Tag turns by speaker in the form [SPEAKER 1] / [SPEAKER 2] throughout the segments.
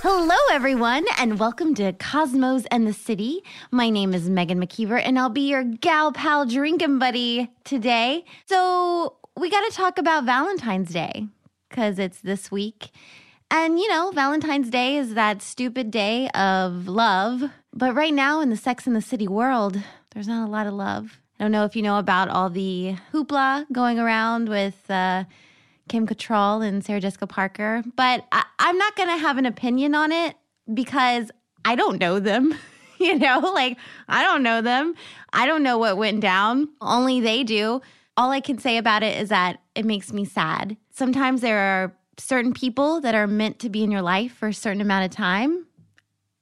[SPEAKER 1] Hello, everyone, and welcome to Cosmos and the City. My name is Megan McKeever, and I'll be your gal pal drinking buddy today. So, we got to talk about Valentine's Day because it's this week. And, you know, Valentine's Day is that stupid day of love. But right now, in the Sex and the City world, there's not a lot of love. I don't know if you know about all the hoopla going around with, uh, Kim Cattrall and Sarah Jessica Parker, but I, I'm not going to have an opinion on it because I don't know them. you know, like I don't know them. I don't know what went down. Only they do. All I can say about it is that it makes me sad. Sometimes there are certain people that are meant to be in your life for a certain amount of time,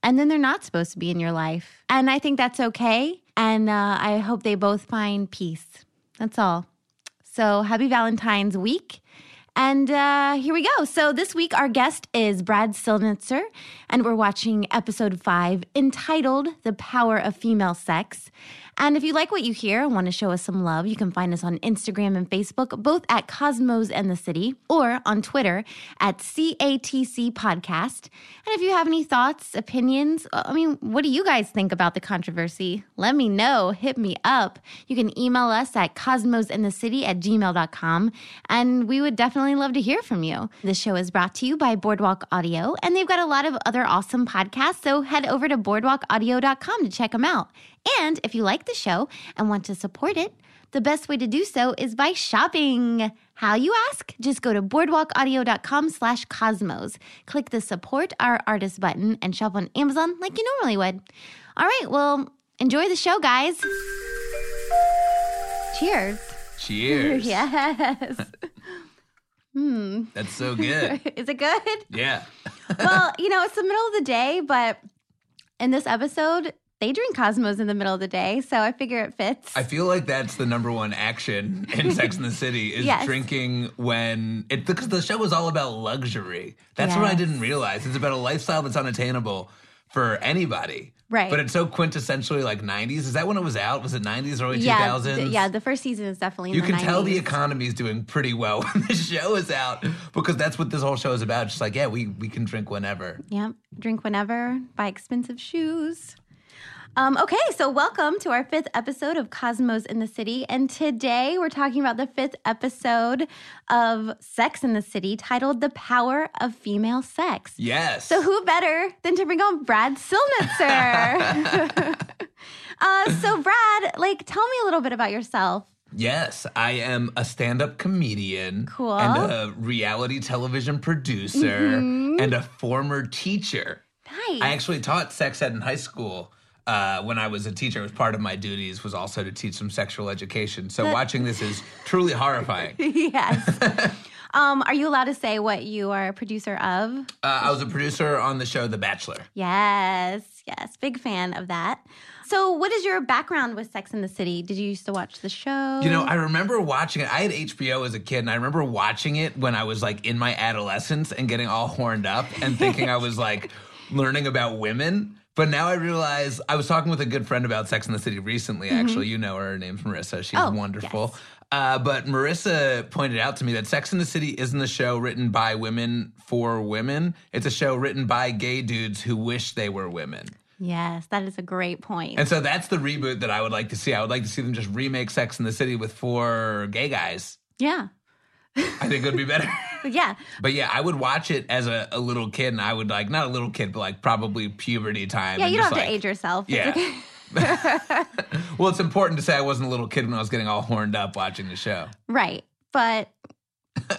[SPEAKER 1] and then they're not supposed to be in your life. And I think that's okay. And uh, I hope they both find peace. That's all. So happy Valentine's week. And uh, here we go. So this week, our guest is Brad Silnitzer, and we're watching episode five entitled The Power of Female Sex. And if you like what you hear and want to show us some love, you can find us on Instagram and Facebook, both at Cosmos and the City, or on Twitter at CATC Podcast. And if you have any thoughts, opinions, I mean, what do you guys think about the controversy? Let me know. Hit me up. You can email us at cosmosinthecity at gmail.com, and we would definitely love to hear from you. This show is brought to you by Boardwalk Audio, and they've got a lot of other awesome podcasts, so head over to boardwalkaudio.com to check them out. And if you like the show and want to support it, the best way to do so is by shopping. How you ask? Just go to boardwalkaudio.com slash cosmos. Click the support our artist button and shop on Amazon like you normally would. All right, well, enjoy the show, guys. Cheers.
[SPEAKER 2] Cheers.
[SPEAKER 1] Yes. hmm.
[SPEAKER 2] That's so good.
[SPEAKER 1] Is it good?
[SPEAKER 2] Yeah.
[SPEAKER 1] well, you know, it's the middle of the day, but in this episode, they drink Cosmos in the middle of the day, so I figure it fits.
[SPEAKER 2] I feel like that's the number one action in Sex and the City is
[SPEAKER 1] Yes.
[SPEAKER 2] drinking when it because the show is all about luxury. That's what I
[SPEAKER 1] Yes.
[SPEAKER 2] didn't realize. It's about a lifestyle that's unattainable for anybody.
[SPEAKER 1] Right.
[SPEAKER 2] But it's so quintessentially like 90s. Is that when it was out? Was it 90s, early
[SPEAKER 1] yeah,
[SPEAKER 2] 2000s?
[SPEAKER 1] th- yeah, the first season is definitely. In
[SPEAKER 2] You
[SPEAKER 1] the
[SPEAKER 2] can tell the
[SPEAKER 1] 90s.
[SPEAKER 2] economy's doing pretty well when the show is out because that's what this whole show is about. Just like, yeah, we, we can drink whenever.
[SPEAKER 1] Yep. Drink whenever, buy expensive shoes. Um, okay, so welcome to our fifth episode of Cosmos in the City. And today we're talking about the fifth episode of Sex in the City titled The Power of Female Sex.
[SPEAKER 2] Yes.
[SPEAKER 1] So who better than to bring on Brad Silnitzer? uh, so Brad, like, tell me a little bit about yourself.
[SPEAKER 2] Yes, I am a stand up comedian.
[SPEAKER 1] Cool.
[SPEAKER 2] And a reality television producer and a former teacher.
[SPEAKER 1] Nice.
[SPEAKER 2] I actually taught sex ed in high school. Uh, when I was a teacher, it was part of my duties was also to teach some sexual education. So watching this is truly horrifying. Uh,
[SPEAKER 1] yes. um, are you allowed to say what you are a producer of?
[SPEAKER 2] Uh, I was a producer on the show The Bachelor.
[SPEAKER 1] Yes, yes, big fan of that. So, what is your background with Sex in the City? Did you used to watch the show?
[SPEAKER 2] You know, I remember watching it. I had HBO as a kid, and I remember watching it when I was like in my adolescence and getting all horned up and thinking I was like learning about women. But now I realize I was talking with a good friend about Sex in the City recently, actually. You know her, her name's Marissa. She's
[SPEAKER 1] Oh,
[SPEAKER 2] wonderful. Uh, but Marissa pointed out to me that Sex in the City isn't a show written by women for women. It's a show written by gay dudes who wish they were women.
[SPEAKER 1] yes, that is a great point.
[SPEAKER 2] And so that's the reboot that I would like to see. I would like to see them just remake Sex in the City with four gay guys.
[SPEAKER 1] yeah,
[SPEAKER 2] I think it would be better.
[SPEAKER 1] yeah,
[SPEAKER 2] but yeah, I would watch it as a, a little kid, and I would like not a little kid, but like probably puberty time.
[SPEAKER 1] yeah.
[SPEAKER 2] and
[SPEAKER 1] You don't
[SPEAKER 2] just,
[SPEAKER 1] have to
[SPEAKER 2] like-
[SPEAKER 1] age yourself. It's
[SPEAKER 2] Yeah.
[SPEAKER 1] okay.
[SPEAKER 2] Well, it's important to say I wasn't a little kid when I was getting all horned up watching the show,
[SPEAKER 1] right, but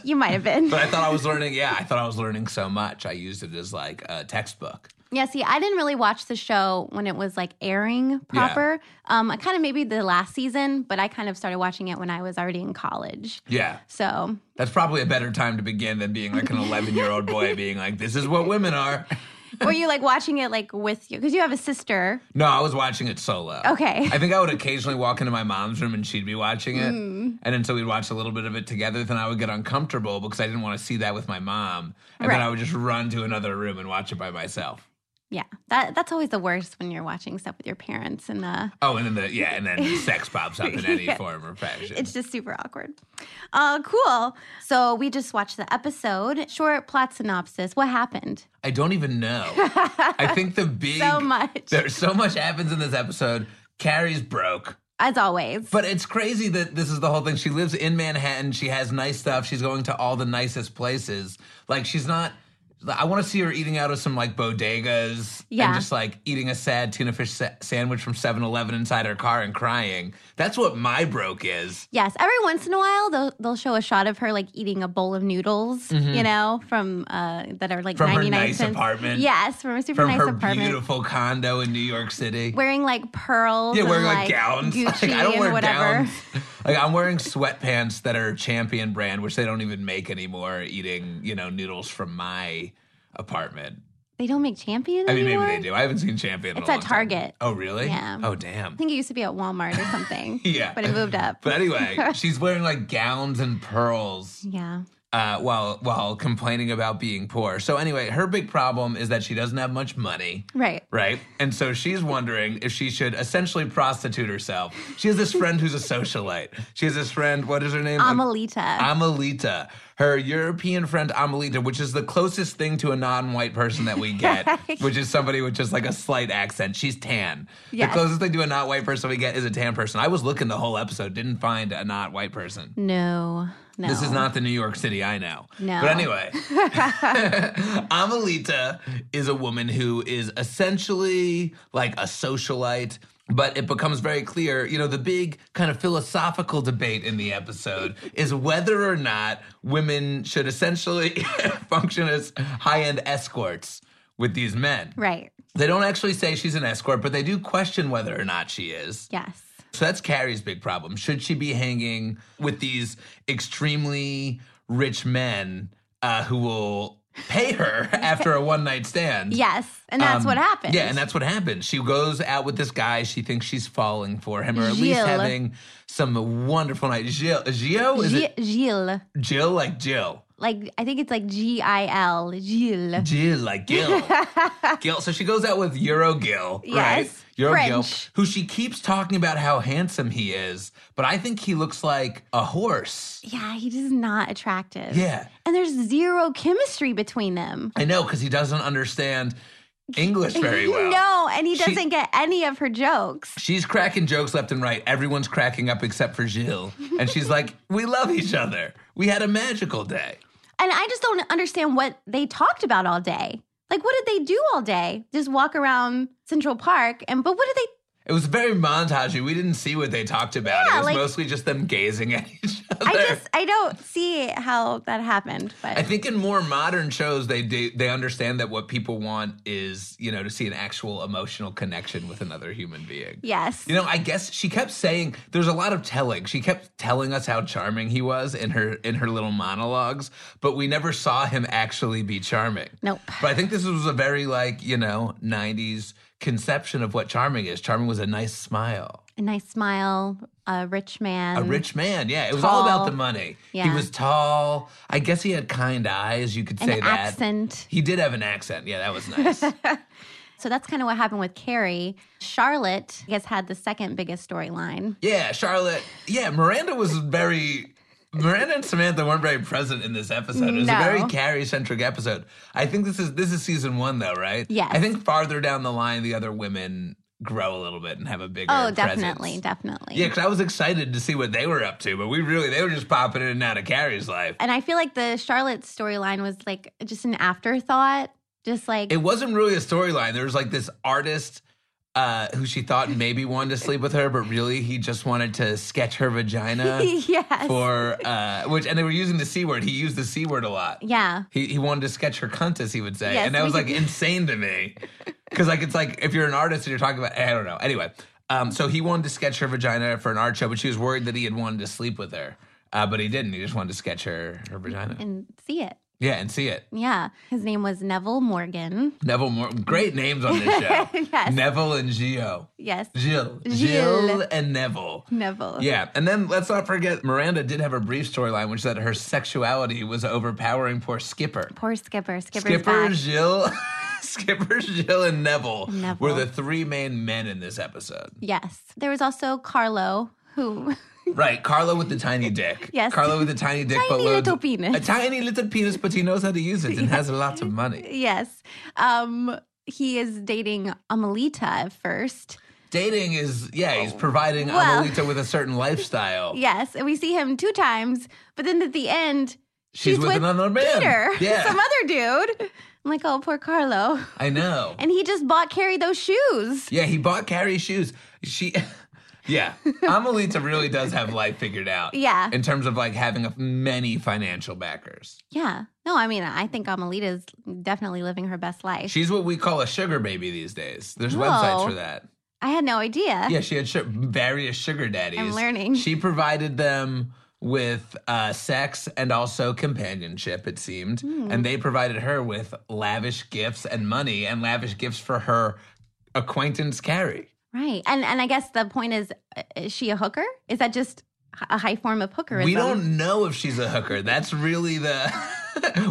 [SPEAKER 1] you might have been.
[SPEAKER 2] but I thought I was learning. Yeah, I thought I was learning so much. I used it as like a textbook.
[SPEAKER 1] Yeah, see, I didn't really watch the show when it was like airing proper. Um, I kind of maybe the last season, but I kind of started watching it when I was already in college.
[SPEAKER 2] Yeah.
[SPEAKER 1] So
[SPEAKER 2] That's probably a better time to begin than being like an 11 year old boy being like, this is what women are.
[SPEAKER 1] were you like watching it like with you? Because you have a sister.
[SPEAKER 2] No, I was watching it solo.
[SPEAKER 1] Okay.
[SPEAKER 2] I think I would occasionally walk into my mom's room and she'd be watching it.
[SPEAKER 1] Mm.
[SPEAKER 2] And then so we'd watch a little bit of it together. Then I would get uncomfortable because I didn't want to see that with my mom. And then
[SPEAKER 1] Right.
[SPEAKER 2] I would just run to another room and watch it by myself.
[SPEAKER 1] Yeah, that that's always the worst when you're watching stuff with your parents, and uh,
[SPEAKER 2] Oh, and then the, yeah, and then sex pops up in any
[SPEAKER 1] Yeah.
[SPEAKER 2] form or fashion.
[SPEAKER 1] it's just super awkward. Uh, cool. So we just watched the episode. Short plot synopsis. What happened?
[SPEAKER 2] I don't even know. I think the big
[SPEAKER 1] So much,
[SPEAKER 2] There's so much happens in this episode. Carrie's broke.
[SPEAKER 1] as always.
[SPEAKER 2] But it's crazy that this is the whole thing. She lives in Manhattan. She has nice stuff. She's going to all the nicest places. Like she's not. I want to see her eating out of some like bodegas
[SPEAKER 1] Yeah.
[SPEAKER 2] and just like eating a sad tuna fish sa- sandwich from 7-Eleven inside her car and crying. That's what my broke is.
[SPEAKER 1] Yes, every once in a while they'll they'll show a shot of her like eating a bowl of noodles, you know, from uh that are like
[SPEAKER 2] Mm-hmm. From her
[SPEAKER 1] 99
[SPEAKER 2] nice
[SPEAKER 1] cents.
[SPEAKER 2] apartment.
[SPEAKER 1] Yes, from a super
[SPEAKER 2] From
[SPEAKER 1] nice
[SPEAKER 2] her
[SPEAKER 1] apartment.
[SPEAKER 2] beautiful condo in New York City.
[SPEAKER 1] Wearing like pearls
[SPEAKER 2] yeah,
[SPEAKER 1] and,
[SPEAKER 2] wearing like,
[SPEAKER 1] like,
[SPEAKER 2] gowns.
[SPEAKER 1] Gucci
[SPEAKER 2] like, I don't
[SPEAKER 1] and
[SPEAKER 2] wear
[SPEAKER 1] whatever.
[SPEAKER 2] gowns. Like I'm wearing sweatpants that are Champion brand, which they don't even make anymore. Eating you know noodles from my apartment.
[SPEAKER 1] They don't make champion
[SPEAKER 2] I mean, maybe
[SPEAKER 1] anymore.
[SPEAKER 2] they do. I haven't seen Champion. in
[SPEAKER 1] It's
[SPEAKER 2] a
[SPEAKER 1] at
[SPEAKER 2] long time.
[SPEAKER 1] Target.
[SPEAKER 2] Oh, really?
[SPEAKER 1] Yeah.
[SPEAKER 2] Oh, damn.
[SPEAKER 1] I think it used to be at Walmart or something.
[SPEAKER 2] Yeah.
[SPEAKER 1] But it moved up.
[SPEAKER 2] But anyway, she's wearing like gowns and pearls
[SPEAKER 1] yeah.
[SPEAKER 2] uh, while while complaining about being poor. So anyway, her big problem is that she doesn't have much money.
[SPEAKER 1] Right.
[SPEAKER 2] Right. And so she's wondering if she should essentially prostitute herself. She has this friend who's a socialite. She has this friend, what is her name? Like-
[SPEAKER 1] Amelita.
[SPEAKER 2] Um, Amelita, her European friend Amelita, which is the closest thing to a non-white person that we get, which is somebody with just like a slight accent. She's tan.
[SPEAKER 1] Yes.
[SPEAKER 2] The closest thing to a not white person we get is a tan person. I was looking the whole episode, didn't find a not white person.
[SPEAKER 1] no. No.
[SPEAKER 2] This is not the New York City I know.
[SPEAKER 1] No.
[SPEAKER 2] But anyway, Amelita is a woman who is essentially like a socialite. But it becomes very clear, you know, the big kind of philosophical debate in the episode is whether or not women should essentially function as high end escorts with these men.
[SPEAKER 1] Right.
[SPEAKER 2] They don't actually say she's an escort, but they do question whether or not she is.
[SPEAKER 1] Yes.
[SPEAKER 2] So that's Carrie's big problem. Should she be hanging with these extremely rich men uh, who will pay her after a one night stand?
[SPEAKER 1] Yes. And that's
[SPEAKER 2] Um,
[SPEAKER 1] what happened.
[SPEAKER 2] Yeah, and that's what happens. She goes out with this guy. She thinks she's falling for him, or at least
[SPEAKER 1] Gilles.
[SPEAKER 2] having some wonderful night. Gilles, Gio? Is
[SPEAKER 1] Gi-
[SPEAKER 2] it
[SPEAKER 1] Gilles.
[SPEAKER 2] Jill like Jill?
[SPEAKER 1] Like I think it's like G I L. Gilles.
[SPEAKER 2] Jill, like Gil. Gil. So she goes out with Euro Gil, right?
[SPEAKER 1] Yes.
[SPEAKER 2] Euro Gil,
[SPEAKER 1] French.
[SPEAKER 2] who she keeps talking about how handsome he is, but I think he looks like a horse.
[SPEAKER 1] Yeah, he just not attractive.
[SPEAKER 2] Yeah.
[SPEAKER 1] And there's zero chemistry between them.
[SPEAKER 2] I know, because he doesn't understand English very well.
[SPEAKER 1] no, and he
[SPEAKER 2] She-
[SPEAKER 1] doesn't get any of her jokes.
[SPEAKER 2] She's cracking jokes left and right. Everyone's cracking up except for Jill. And she's like, We love each other. We had a magical day.
[SPEAKER 1] And I just don't understand what they talked about all day. Like what did they do all day? Just walk around Central Park and but what did they
[SPEAKER 2] It was very montagey. We didn't see what they talked about.
[SPEAKER 1] Yeah,
[SPEAKER 2] it was
[SPEAKER 1] like-
[SPEAKER 2] mostly just them gazing at each other.
[SPEAKER 1] I just I don't see how that happened, but
[SPEAKER 2] I think in more modern shows, they do, they understand that what people want is you know to see an actual emotional connection with another human being.
[SPEAKER 1] yes.
[SPEAKER 2] You know, I guess she kept saying there's a lot of telling. She kept telling us how charming he was in her in her little monologues, but we never saw him actually be charming.
[SPEAKER 1] Nope.
[SPEAKER 2] But I think this was a very like you know '90s conception of what charming is. Charming was a nice smile.
[SPEAKER 1] A nice smile, a rich man.
[SPEAKER 2] A rich man, yeah. It was all
[SPEAKER 1] Mm. Tall.
[SPEAKER 2] about the money. He
[SPEAKER 1] Yeah.
[SPEAKER 2] was tall. I guess he had kind eyes. You could
[SPEAKER 1] an
[SPEAKER 2] say that.
[SPEAKER 1] accent.
[SPEAKER 2] He did have an accent. Yeah, that was nice.
[SPEAKER 1] So that's kind of what happened with Carrie. Charlotte, I guess, had the second biggest storyline.
[SPEAKER 2] yeah, Charlotte. Yeah, Miranda was very. Miranda and Samantha weren't very present in this episode. It was
[SPEAKER 1] No.
[SPEAKER 2] a very Carrie centric episode. I think this is this is season one though, right?
[SPEAKER 1] Yes.
[SPEAKER 2] I think farther down the line, the other women grow a little bit and have a bigger.
[SPEAKER 1] Oh,
[SPEAKER 2] presence.
[SPEAKER 1] definitely, definitely.
[SPEAKER 2] Yeah, because I was excited to see what they were up to, but we really they were just popping in and out of Carrie's life.
[SPEAKER 1] And I feel like the Charlotte storyline was like just an afterthought. Just like
[SPEAKER 2] it wasn't really a storyline. There was like this artist uh, who she thought maybe wanted to sleep with her, but really he just wanted to sketch her vagina
[SPEAKER 1] yes.
[SPEAKER 2] for uh, which, and they were using the c word. He used the c word a lot.
[SPEAKER 1] yeah.
[SPEAKER 2] He, he wanted to sketch her cunt, as he would say.
[SPEAKER 1] Yes,
[SPEAKER 2] and that was
[SPEAKER 1] we
[SPEAKER 2] like insane to me. Because, like, it's like if you're an artist and you're talking about, I don't know. Anyway, um, so he wanted to sketch her vagina for an art show, but she was worried that he had wanted to sleep with her. Uh, but he didn't. He just wanted to sketch her, her vagina.
[SPEAKER 1] And see it.
[SPEAKER 2] Yeah, and see it.
[SPEAKER 1] Yeah. His name was Neville Morgan.
[SPEAKER 2] Neville Moore. Great names on this show.
[SPEAKER 1] Yes.
[SPEAKER 2] Neville and Gio.
[SPEAKER 1] Yes.
[SPEAKER 2] Jill.
[SPEAKER 1] Jill.
[SPEAKER 2] Jill and Neville.
[SPEAKER 1] Neville.
[SPEAKER 2] Yeah. And then let's not forget Miranda did have a brief storyline, which said her sexuality was overpowering poor Skipper.
[SPEAKER 1] Poor Skipper. Skipper's
[SPEAKER 2] Skipper,
[SPEAKER 1] back.
[SPEAKER 2] Jill, Skipper, Jill, and Neville,
[SPEAKER 1] Neville.
[SPEAKER 2] were the three main men in this episode.
[SPEAKER 1] Yes. There was also Carlo, who
[SPEAKER 2] Right, Carlo with the tiny dick.
[SPEAKER 1] Yes.
[SPEAKER 2] Carlo with the tiny dick,
[SPEAKER 1] Tiny
[SPEAKER 2] but loads-
[SPEAKER 1] little penis.
[SPEAKER 2] A tiny little penis, but he knows how to use it and has lots of money.
[SPEAKER 1] yes. Um he is dating Amelita at first.
[SPEAKER 2] Dating is yeah, he's providing
[SPEAKER 1] Well.
[SPEAKER 2] Amelita with a certain lifestyle.
[SPEAKER 1] Yes. And we see him two times, but then at the end,
[SPEAKER 2] She's with another man.
[SPEAKER 1] Peter,
[SPEAKER 2] Yeah.
[SPEAKER 1] some other dude. I'm like, oh, poor Carlo.
[SPEAKER 2] I know.
[SPEAKER 1] And he just bought Carrie those shoes.
[SPEAKER 2] yeah, he bought Carrie shoes. She Yeah. Amelita really does have life figured out.
[SPEAKER 1] Yeah.
[SPEAKER 2] In terms of like having a, many financial backers.
[SPEAKER 1] Yeah. No, I mean, I think Amelita's definitely living her best life.
[SPEAKER 2] She's what we call a sugar baby these days. There's
[SPEAKER 1] Whoa.
[SPEAKER 2] websites for that.
[SPEAKER 1] I had no idea.
[SPEAKER 2] Yeah, she had su- various sugar daddies.
[SPEAKER 1] I'm learning.
[SPEAKER 2] She provided them with uh, sex and also companionship, it seemed.
[SPEAKER 1] Hmm.
[SPEAKER 2] And they provided her with lavish gifts and money and lavish gifts for her acquaintance, Carrie.
[SPEAKER 1] Right. And and I guess the point is, uh, is she a hooker? Is that just h- a high form of hookerism?
[SPEAKER 2] We don't know if she's a hooker. That's really the.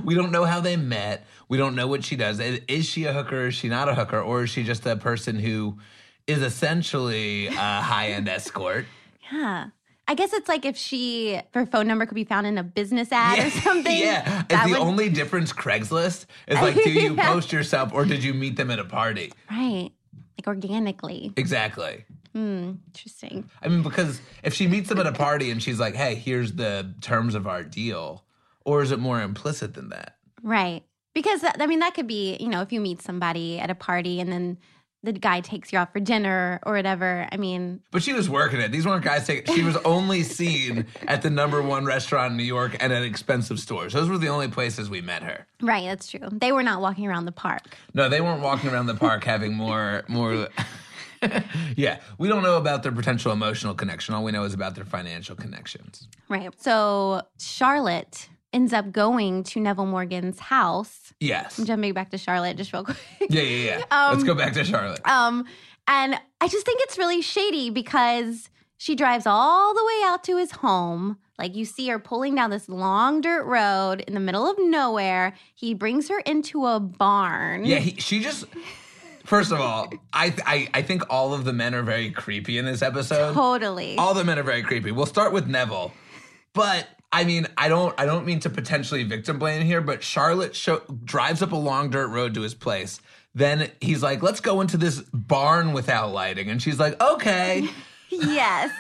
[SPEAKER 2] we don't know how they met. We don't know what she does. I- Is she a hooker? Is she not a hooker? Or is she just a person who is essentially a high end escort?
[SPEAKER 1] Yeah. I guess it's like if she, if her phone number could be found in a business ad or something.
[SPEAKER 2] Yeah. It's
[SPEAKER 1] That
[SPEAKER 2] the
[SPEAKER 1] would-
[SPEAKER 2] only difference Craigslist is like, do you
[SPEAKER 1] Yeah.
[SPEAKER 2] post yourself or did you meet them at a party?
[SPEAKER 1] Right. Like organically.
[SPEAKER 2] Exactly.
[SPEAKER 1] Hmm. Interesting.
[SPEAKER 2] I mean, because if she meets them at a party and she's like, hey, here's the terms of our deal, or is it more implicit than that?
[SPEAKER 1] Right. Because, that- I mean, that could be, you know, if you meet somebody at a party and then the guy takes you out for dinner or whatever. I mean,
[SPEAKER 2] But she was working it. These weren't guys taking. She was only seen at the number one restaurant in New York and at expensive stores. Those were the only places we met her.
[SPEAKER 1] right. That's true. They were not walking around the park.
[SPEAKER 2] No, they weren't walking around the park having more more. yeah, we don't know about their potential emotional connection. All we know is about their financial connections.
[SPEAKER 1] Right. So Charlotte ends up going to Neville Morgan's house.
[SPEAKER 2] Yes.
[SPEAKER 1] I'm jumping back to Charlotte just real quick.
[SPEAKER 2] Yeah, yeah, yeah. Let's go back to Charlotte.
[SPEAKER 1] Um, and I just think it's really shady because she drives all the way out to his home. Like you see her pulling down this long dirt road in the middle of nowhere. He brings her into a barn.
[SPEAKER 2] Yeah, he, she just. First of all, I, I I think all of the men are very creepy in this episode.
[SPEAKER 1] Totally.
[SPEAKER 2] All the men are very creepy. We'll start with Neville, but I mean, I don't I don't mean to potentially victim blame here, but Charlotte show, drives up a long dirt road to his place. Then he's like, "Let's go into this barn without lighting," and she's like, "Okay."
[SPEAKER 1] yes.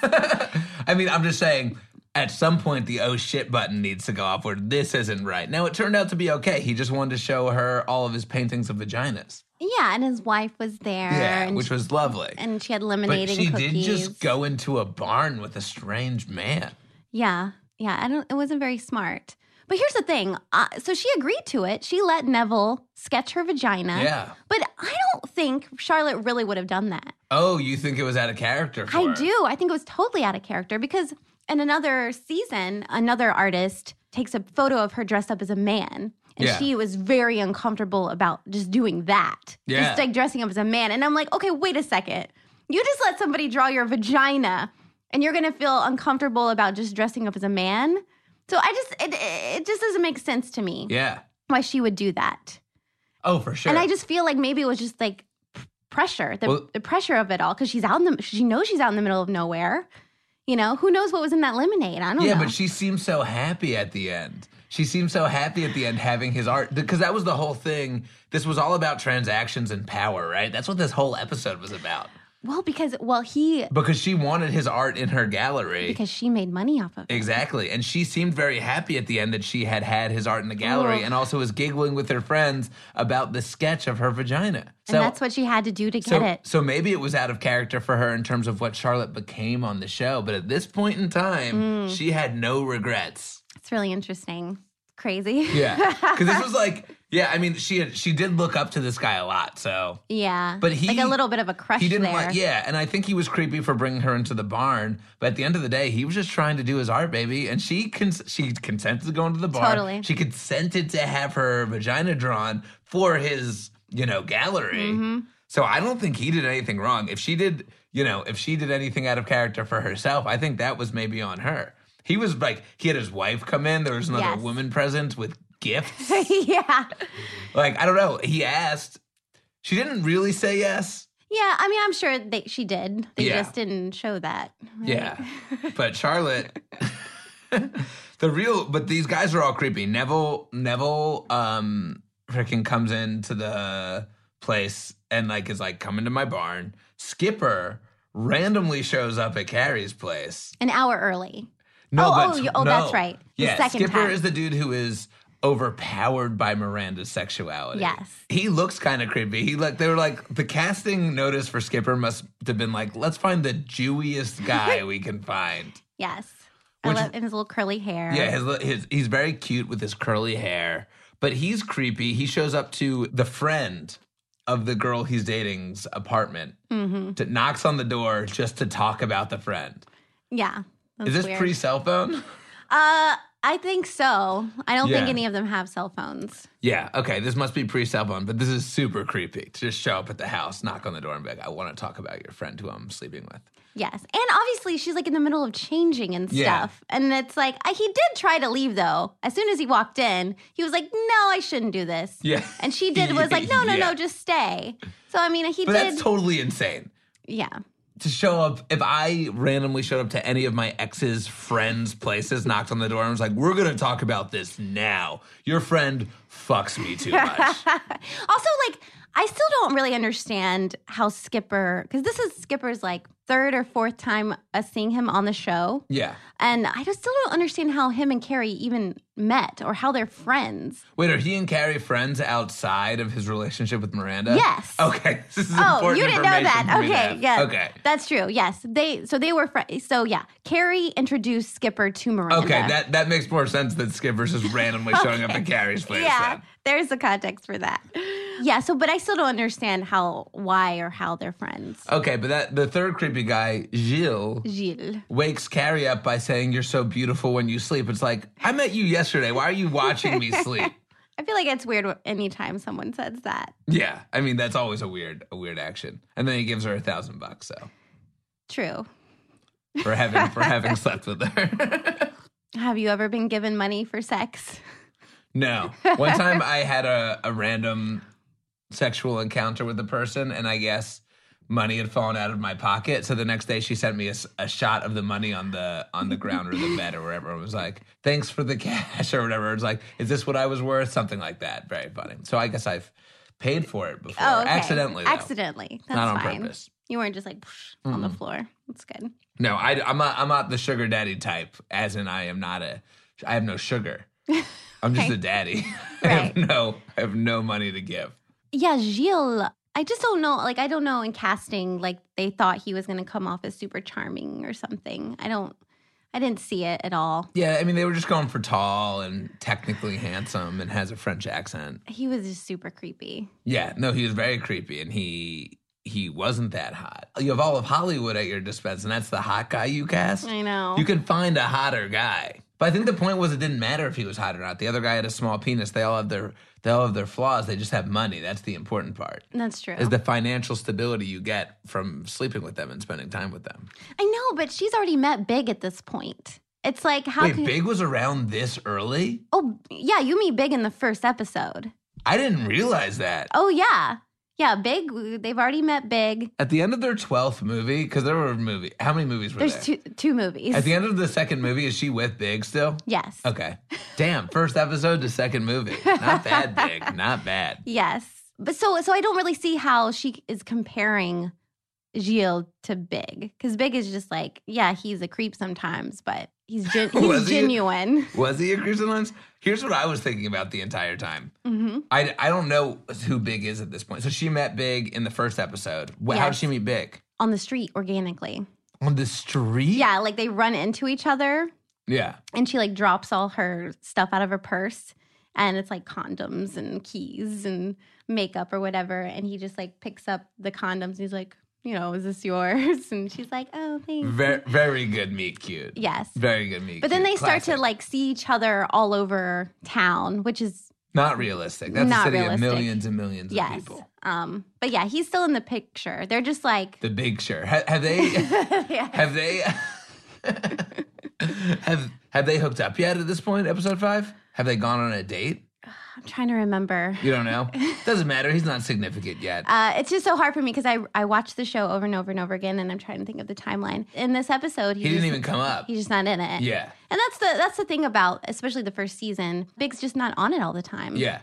[SPEAKER 2] I mean, I'm just saying. At some point, the oh shit button needs to go off where this isn't right. Now, it turned out to be okay. He just wanted to show her all of his paintings of vaginas.
[SPEAKER 1] yeah, and his wife was there.
[SPEAKER 2] Yeah,
[SPEAKER 1] Uh, and,
[SPEAKER 2] which
[SPEAKER 1] she,
[SPEAKER 2] was lovely.
[SPEAKER 1] and she had
[SPEAKER 2] But
[SPEAKER 1] lemonade and
[SPEAKER 2] she
[SPEAKER 1] cookies.
[SPEAKER 2] did just go into a barn with a strange man.
[SPEAKER 1] Yeah, yeah. I don't. It wasn't very smart. But here's the thing. Uh, so she agreed to it. She let Neville sketch her vagina.
[SPEAKER 2] Yeah.
[SPEAKER 1] But I don't think Charlotte really would have done that.
[SPEAKER 2] Oh, you think it was out of character for
[SPEAKER 1] I
[SPEAKER 2] her?
[SPEAKER 1] do. I think it was totally out of character because in another season, another artist takes a photo of her dressed up as a man. And
[SPEAKER 2] Yeah.
[SPEAKER 1] she was very uncomfortable about just doing that.
[SPEAKER 2] Yeah.
[SPEAKER 1] Just like dressing up as a man. And I'm like, okay, wait a second. You just let somebody draw your vagina and you're going to feel uncomfortable about just dressing up as a man. So I just, it, it just doesn't make sense to me
[SPEAKER 2] Yeah.
[SPEAKER 1] why she would do that.
[SPEAKER 2] Oh, for sure.
[SPEAKER 1] And I just feel like maybe it was just like p- pressure, the,
[SPEAKER 2] Well-
[SPEAKER 1] the pressure of it all, because she's out in the, she knows she's out in the middle of nowhere. You know, who knows what was in that lemonade? I don't
[SPEAKER 2] yeah,
[SPEAKER 1] know.
[SPEAKER 2] but she seemed so happy at the end. She seemed so happy at the end having his art because that was the whole thing. This was all about transactions and power, right? That's what this whole episode was about.
[SPEAKER 1] Well, because well he
[SPEAKER 2] because she wanted his art in her gallery.
[SPEAKER 1] because she made money off of it.
[SPEAKER 2] Exactly. And she seemed very happy at the end that she had had his art in the gallery
[SPEAKER 1] Oh.
[SPEAKER 2] and also was giggling with her friends about the sketch of her vagina.
[SPEAKER 1] and that's what she had to do to get
[SPEAKER 2] so,
[SPEAKER 1] it.
[SPEAKER 2] so maybe it was out of character for her in terms of what Charlotte became on the show, but at this point in
[SPEAKER 1] Hmm.
[SPEAKER 2] time, she had no regrets.
[SPEAKER 1] It's really interesting. Crazy.
[SPEAKER 2] Yeah. Cuz this was like yeah, I mean she had, she did look up to this guy a lot, so
[SPEAKER 1] Yeah.
[SPEAKER 2] But he-
[SPEAKER 1] like a little bit of a crush
[SPEAKER 2] he didn't
[SPEAKER 1] there.
[SPEAKER 2] like yeah, and I think he was creepy for bringing her into the barn, but at the end of the day, he was just trying to do his art, baby, and she cons- she consented to go into the barn.
[SPEAKER 1] Totally.
[SPEAKER 2] She consented to have her vagina drawn for his, you know, gallery.
[SPEAKER 1] Mm-hmm.
[SPEAKER 2] So I don't think he did anything wrong. If she did, you know, if she did anything out of character for herself, I think that was maybe on her. He was like he had his wife come in, there was another
[SPEAKER 1] Yes.
[SPEAKER 2] woman present with gifts.
[SPEAKER 1] yeah.
[SPEAKER 2] like, I don't know. He asked. She didn't really say yes.
[SPEAKER 1] Yeah, I mean, I'm sure they, she did. They
[SPEAKER 2] Yeah.
[SPEAKER 1] just didn't show that. right?
[SPEAKER 2] Yeah. But Charlotte the real but these guys are all creepy. Neville Neville um freaking comes into the place and like is like come into my barn. Skipper randomly shows up at Carrie's place.
[SPEAKER 1] An hour early.
[SPEAKER 2] No,
[SPEAKER 1] Oh,
[SPEAKER 2] but
[SPEAKER 1] oh, you- oh, that's
[SPEAKER 2] no.
[SPEAKER 1] right. The
[SPEAKER 2] yeah,
[SPEAKER 1] second
[SPEAKER 2] Skipper
[SPEAKER 1] time.
[SPEAKER 2] is the dude who is overpowered by Miranda's sexuality.
[SPEAKER 1] Yes.
[SPEAKER 2] he looks kind of creepy. He like they were like the casting notice for Skipper must have been like let's find the Jewiest guy we can find.
[SPEAKER 1] Yes.
[SPEAKER 2] Which-
[SPEAKER 1] I love and his little curly hair.
[SPEAKER 2] Yeah, his, li- his he's very cute with his curly hair, but he's creepy. He shows up to the friend of the girl he's dating's apartment,
[SPEAKER 1] hmm
[SPEAKER 2] to, knocks on the door just to talk about the friend.
[SPEAKER 1] Yeah. That's
[SPEAKER 2] Is this
[SPEAKER 1] weird.
[SPEAKER 2] pre cell phone?
[SPEAKER 1] Uh, I think so. I don't think
[SPEAKER 2] Yeah.
[SPEAKER 1] any of them have cell phones.
[SPEAKER 2] Yeah, okay, this must be pre cell phone, but this is super creepy to just show up at the house, knock on the door, and be like, I want to talk about your friend who I'm sleeping with.
[SPEAKER 1] Yes. And obviously, she's like in the middle of changing and stuff.
[SPEAKER 2] Yeah.
[SPEAKER 1] And it's like, I, he did try to leave though. As soon as he walked in, he was like, no, I shouldn't do this.
[SPEAKER 2] Yeah.
[SPEAKER 1] And she did was like, no, no,
[SPEAKER 2] Yeah.
[SPEAKER 1] no, just stay. So, I mean, he
[SPEAKER 2] But
[SPEAKER 1] did.
[SPEAKER 2] that's totally insane.
[SPEAKER 1] yeah.
[SPEAKER 2] to show up if I randomly showed up to any of my ex's friends' places, knocked on the door, and was like, "We're gonna talk about this now." Your friend fucks me too much.
[SPEAKER 1] Also, like, I still don't really understand how Skipper, because this is Skipper's like third or fourth time us seeing him on the show.
[SPEAKER 2] yeah.
[SPEAKER 1] And I just still don't understand how him and Carrie even met or how they're friends.
[SPEAKER 2] Wait, are he and Carrie friends outside of his relationship with Miranda?
[SPEAKER 1] Yes.
[SPEAKER 2] Okay. This is
[SPEAKER 1] Oh,
[SPEAKER 2] important
[SPEAKER 1] you didn't know that.
[SPEAKER 2] information for me to
[SPEAKER 1] Okay,
[SPEAKER 2] have.
[SPEAKER 1] yeah.
[SPEAKER 2] Okay.
[SPEAKER 1] That's true. Yes. They so they were friends. So yeah, Carrie introduced Skipper to Miranda.
[SPEAKER 2] Okay, that, that makes more sense than Skipper's just randomly showing up at Carrie's place.
[SPEAKER 1] Yeah,
[SPEAKER 2] then.
[SPEAKER 1] there's the context for that. Yeah, so but I still don't understand how why or how they're friends.
[SPEAKER 2] Okay, but that the third creepy guy, Gilles,
[SPEAKER 1] Gilles.
[SPEAKER 2] wakes Carrie up by saying, You're so beautiful when you sleep. It's like, I met you yesterday. Why are you watching me sleep?
[SPEAKER 1] I feel like it's weird wh- anytime someone says that.
[SPEAKER 2] Yeah, I mean that's always a weird, a weird action. And then he gives her a thousand bucks, so
[SPEAKER 1] True.
[SPEAKER 2] for having for having slept with her.
[SPEAKER 1] Have you ever been given money for sex?
[SPEAKER 2] no, one time I had a, a random sexual encounter with a person, and I guess money had fallen out of my pocket. So the next day, she sent me a, s- a shot of the money on the on the ground or the bed or wherever. It was like, "Thanks for the cash" or whatever. It was like, "Is this what I was worth?" Something like that. Very funny. So I guess I've paid for it before,
[SPEAKER 1] Oh, okay.
[SPEAKER 2] accidentally, though.
[SPEAKER 1] Accidentally. That's
[SPEAKER 2] not on
[SPEAKER 1] fine.
[SPEAKER 2] purpose. Mm-hmm.
[SPEAKER 1] You weren't just like psh, on the floor. That's good.
[SPEAKER 2] No, I, am not. I'm not the sugar daddy type. As in, I am not a. I have no sugar. I'm just a daddy. I
[SPEAKER 1] Right.
[SPEAKER 2] have no. I have no money to give.
[SPEAKER 1] Yeah, Gilles. I just don't know. Like, I don't know in casting, like, they thought he was going to come off as super charming or something. I don't, I didn't see it at all.
[SPEAKER 2] Yeah, I mean, they were just going for tall and technically handsome and has a French accent.
[SPEAKER 1] He was just super creepy.
[SPEAKER 2] Yeah, no, he was very creepy, and he he wasn't that hot. You have all of Hollywood at your dispense, and that's the hot guy you cast.
[SPEAKER 1] I know.
[SPEAKER 2] You can find a hotter guy. But I think the point was it didn't matter if he was hot or not. The other guy had a small penis. They all have their they all have their flaws. They just have money. That's the important part.
[SPEAKER 1] That's true.
[SPEAKER 2] is the financial stability you get from sleeping with them and spending time with them.
[SPEAKER 1] I know, but she's already met Big at this point. It's like, how
[SPEAKER 2] Wait,
[SPEAKER 1] can.
[SPEAKER 2] Big was around this early?
[SPEAKER 1] oh, yeah, you meet Big in the first episode.
[SPEAKER 2] I didn't realize that.
[SPEAKER 1] Oh, yeah. Yeah, Big, they've already met Big.
[SPEAKER 2] At the end of their 12th movie, because there were a movie, how many movies were
[SPEAKER 1] There's
[SPEAKER 2] there?
[SPEAKER 1] two, two movies.
[SPEAKER 2] At the end of the second movie, is she with Big still?
[SPEAKER 1] yes.
[SPEAKER 2] Okay. Damn, first episode to second movie. Not bad, Big. Not bad.
[SPEAKER 1] Yes. But so so I don't really see how she is comparing Gilles to Big because Big is just like, yeah, he's a creep sometimes, but he's gen- he's
[SPEAKER 2] Was he?
[SPEAKER 1] genuine.
[SPEAKER 2] Was he a Crimson Lens? Here's what I was thinking about the entire time.
[SPEAKER 1] hmm
[SPEAKER 2] I, I don't know who Big is at this point. So she met Big in the first episode. Wh- How did
[SPEAKER 1] Yes.
[SPEAKER 2] she meet Big?
[SPEAKER 1] On the street, organically.
[SPEAKER 2] On the street?
[SPEAKER 1] Yeah, like they run into each other,
[SPEAKER 2] Yeah.
[SPEAKER 1] and she like drops all her stuff out of her purse, and it's like condoms and keys and makeup or whatever, and he just like picks up the condoms. And he's like, you know, is this yours? And she's like, oh, thanks.
[SPEAKER 2] Very, very good meet cute.
[SPEAKER 1] yes.
[SPEAKER 2] Very good meet
[SPEAKER 1] But then
[SPEAKER 2] cute.
[SPEAKER 1] they start to
[SPEAKER 2] Classic.
[SPEAKER 1] like see each other all over town, which is
[SPEAKER 2] Not realistic. That's
[SPEAKER 1] Not
[SPEAKER 2] a city
[SPEAKER 1] realistic.
[SPEAKER 2] of millions and millions
[SPEAKER 1] yes.
[SPEAKER 2] of people.
[SPEAKER 1] Um, but yeah, he's still in the picture. They're just like
[SPEAKER 2] The Big Sure. Ha- have they.
[SPEAKER 1] yeah.
[SPEAKER 2] Have they have have they hooked up yet at this point? Episode five? Have they gone on a date?
[SPEAKER 1] I'm trying to remember.
[SPEAKER 2] You don't know. Doesn't matter. He's not significant yet.
[SPEAKER 1] Uh, it's just so hard for me because I I watch the show over and over and over again, and I'm trying to think of the timeline. In this episode, he,
[SPEAKER 2] He didn't
[SPEAKER 1] just-
[SPEAKER 2] even come up.
[SPEAKER 1] He's just not in it.
[SPEAKER 2] Yeah,
[SPEAKER 1] And that's the that's the thing about especially the first season. Big's just not on it all the time.
[SPEAKER 2] yeah,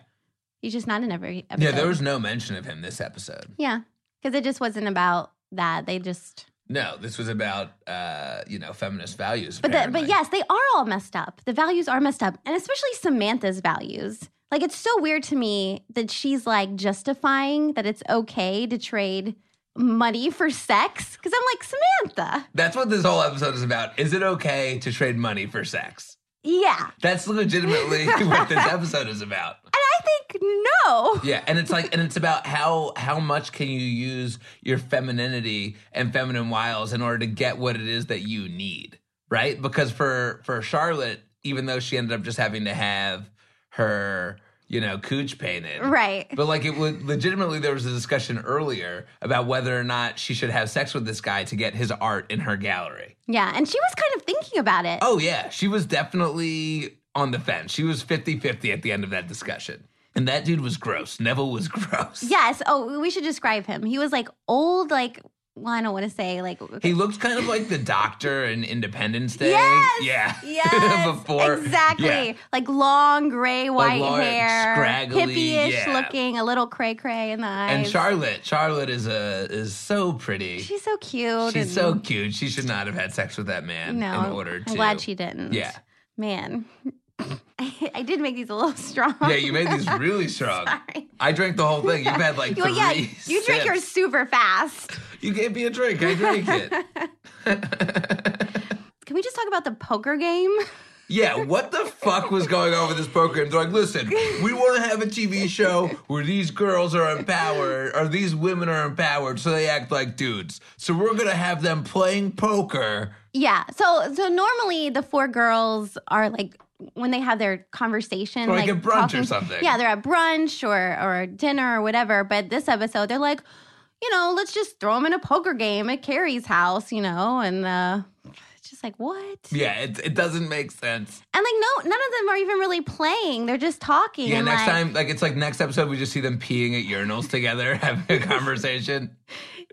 [SPEAKER 1] He's just not in every episode.
[SPEAKER 2] yeah. There was no mention of him this episode.
[SPEAKER 1] yeah, because it just wasn't about that. They just
[SPEAKER 2] No, this was about uh, you know feminist values.
[SPEAKER 1] But the, but
[SPEAKER 2] apparently.
[SPEAKER 1] yes, they are all messed up. The values are messed up, and especially Samantha's values. Like it's so weird to me that she's like justifying that it's okay to trade money for sex because I'm like Samantha.
[SPEAKER 2] that's what this whole episode is about. Is it okay to trade money for sex?
[SPEAKER 1] Yeah,
[SPEAKER 2] That's legitimately what this episode is about.
[SPEAKER 1] I think no.
[SPEAKER 2] Yeah, and it's like, and it's about how how much can you use your femininity and feminine wiles in order to get what it is that you need, right? Because for for Charlotte, even though she ended up just having to have her, you know, cooch painted,
[SPEAKER 1] Right.
[SPEAKER 2] But like, it would legitimately there was a discussion earlier about whether or not she should have sex with this guy to get his art in her gallery.
[SPEAKER 1] Yeah, and she was kind of thinking about it.
[SPEAKER 2] Oh, yeah. She was definitely on the fence. She was 50 50 at the end of that discussion. And that dude was gross. Neville was gross.
[SPEAKER 1] Yes. Oh, we should describe him. He was like old, like well, I don't want to say like.
[SPEAKER 2] He looked kind of like the doctor in Independence Day.
[SPEAKER 1] Yes.
[SPEAKER 2] Yeah.
[SPEAKER 1] Yes,
[SPEAKER 2] Before.
[SPEAKER 1] exactly.
[SPEAKER 2] Yeah.
[SPEAKER 1] Like long gray white
[SPEAKER 2] long,
[SPEAKER 1] hair,
[SPEAKER 2] scraggly,
[SPEAKER 1] hippie-ish
[SPEAKER 2] yeah.
[SPEAKER 1] looking, a little cray cray in the eyes.
[SPEAKER 2] And Charlotte. Charlotte is a is so pretty.
[SPEAKER 1] she's so cute. and-
[SPEAKER 2] She's so cute. She should not have had sex with that man
[SPEAKER 1] No,
[SPEAKER 2] in order to.
[SPEAKER 1] I'm glad she didn't.
[SPEAKER 2] Yeah.
[SPEAKER 1] man, I, I did make these a little strong.
[SPEAKER 2] Yeah, you made these really strong.
[SPEAKER 1] Sorry.
[SPEAKER 2] I drank the whole thing. You've had like three.
[SPEAKER 1] Well, yeah, you drink yours
[SPEAKER 2] sips.
[SPEAKER 1] super fast.
[SPEAKER 2] You gave me a drink. I drank it.
[SPEAKER 1] Can we just talk about the poker game?
[SPEAKER 2] Yeah, what the fuck was going on with this program? They're like, listen, we want to have a TV show where these girls are empowered, or these women are empowered, so they act like dudes. So we're gonna have them playing poker.
[SPEAKER 1] Yeah. So so normally the four girls are like when they have their conversation,
[SPEAKER 2] Or like at brunch or
[SPEAKER 1] talking-
[SPEAKER 2] something.
[SPEAKER 1] Yeah, they're at brunch or or dinner or whatever. But this episode, they're like, you know, let's just throw them in a poker game at Carrie's house, you know, and uh, it's just like what?
[SPEAKER 2] Yeah, it, it doesn't make sense.
[SPEAKER 1] And like no, none of them are even really playing. They're just talking.
[SPEAKER 2] Yeah,
[SPEAKER 1] and
[SPEAKER 2] next
[SPEAKER 1] like,
[SPEAKER 2] time, like, it's like next episode, we just see them peeing at urinals together, having a conversation.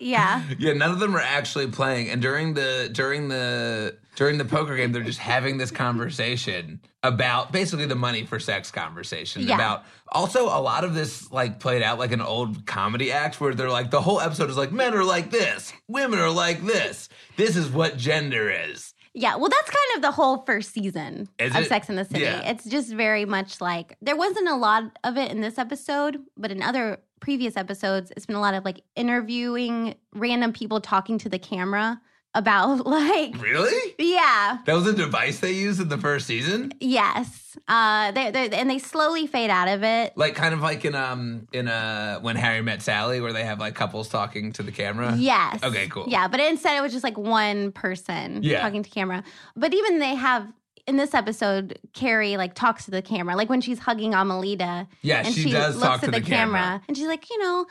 [SPEAKER 1] Yeah.
[SPEAKER 2] Yeah, none of them are actually playing. And during the during the during the poker game, they're just having this conversation about basically the money for sex conversation.
[SPEAKER 1] Yeah.
[SPEAKER 2] About also a lot of this like played out like an old comedy act where they're like the whole episode is like men are like this, women are like this. This is what gender is.
[SPEAKER 1] Yeah, well, that's kind of the whole first season
[SPEAKER 2] Is
[SPEAKER 1] of
[SPEAKER 2] it?
[SPEAKER 1] Sex in the City.
[SPEAKER 2] Yeah.
[SPEAKER 1] It's just very much like there wasn't a lot of it in this episode, but in other previous episodes, it's been a lot of like interviewing random people talking to the camera about like,
[SPEAKER 2] Really?
[SPEAKER 1] yeah,
[SPEAKER 2] That was a device they used in the first season.
[SPEAKER 1] yes, uh, they they and they slowly fade out of it.
[SPEAKER 2] Like kind of like in um in uh when Harry met Sally, where they have like couples talking to the camera.
[SPEAKER 1] Yes.
[SPEAKER 2] Uh, Okay, cool.
[SPEAKER 1] Yeah, but instead it was just like one person
[SPEAKER 2] Yeah.
[SPEAKER 1] talking to camera. But even they have in this episode, Carrie like talks to the camera, like when she's hugging Amelita.
[SPEAKER 2] Yeah,
[SPEAKER 1] and
[SPEAKER 2] she does
[SPEAKER 1] looks
[SPEAKER 2] talk
[SPEAKER 1] at
[SPEAKER 2] to
[SPEAKER 1] the,
[SPEAKER 2] the
[SPEAKER 1] camera.
[SPEAKER 2] camera.
[SPEAKER 1] and she's like, you know,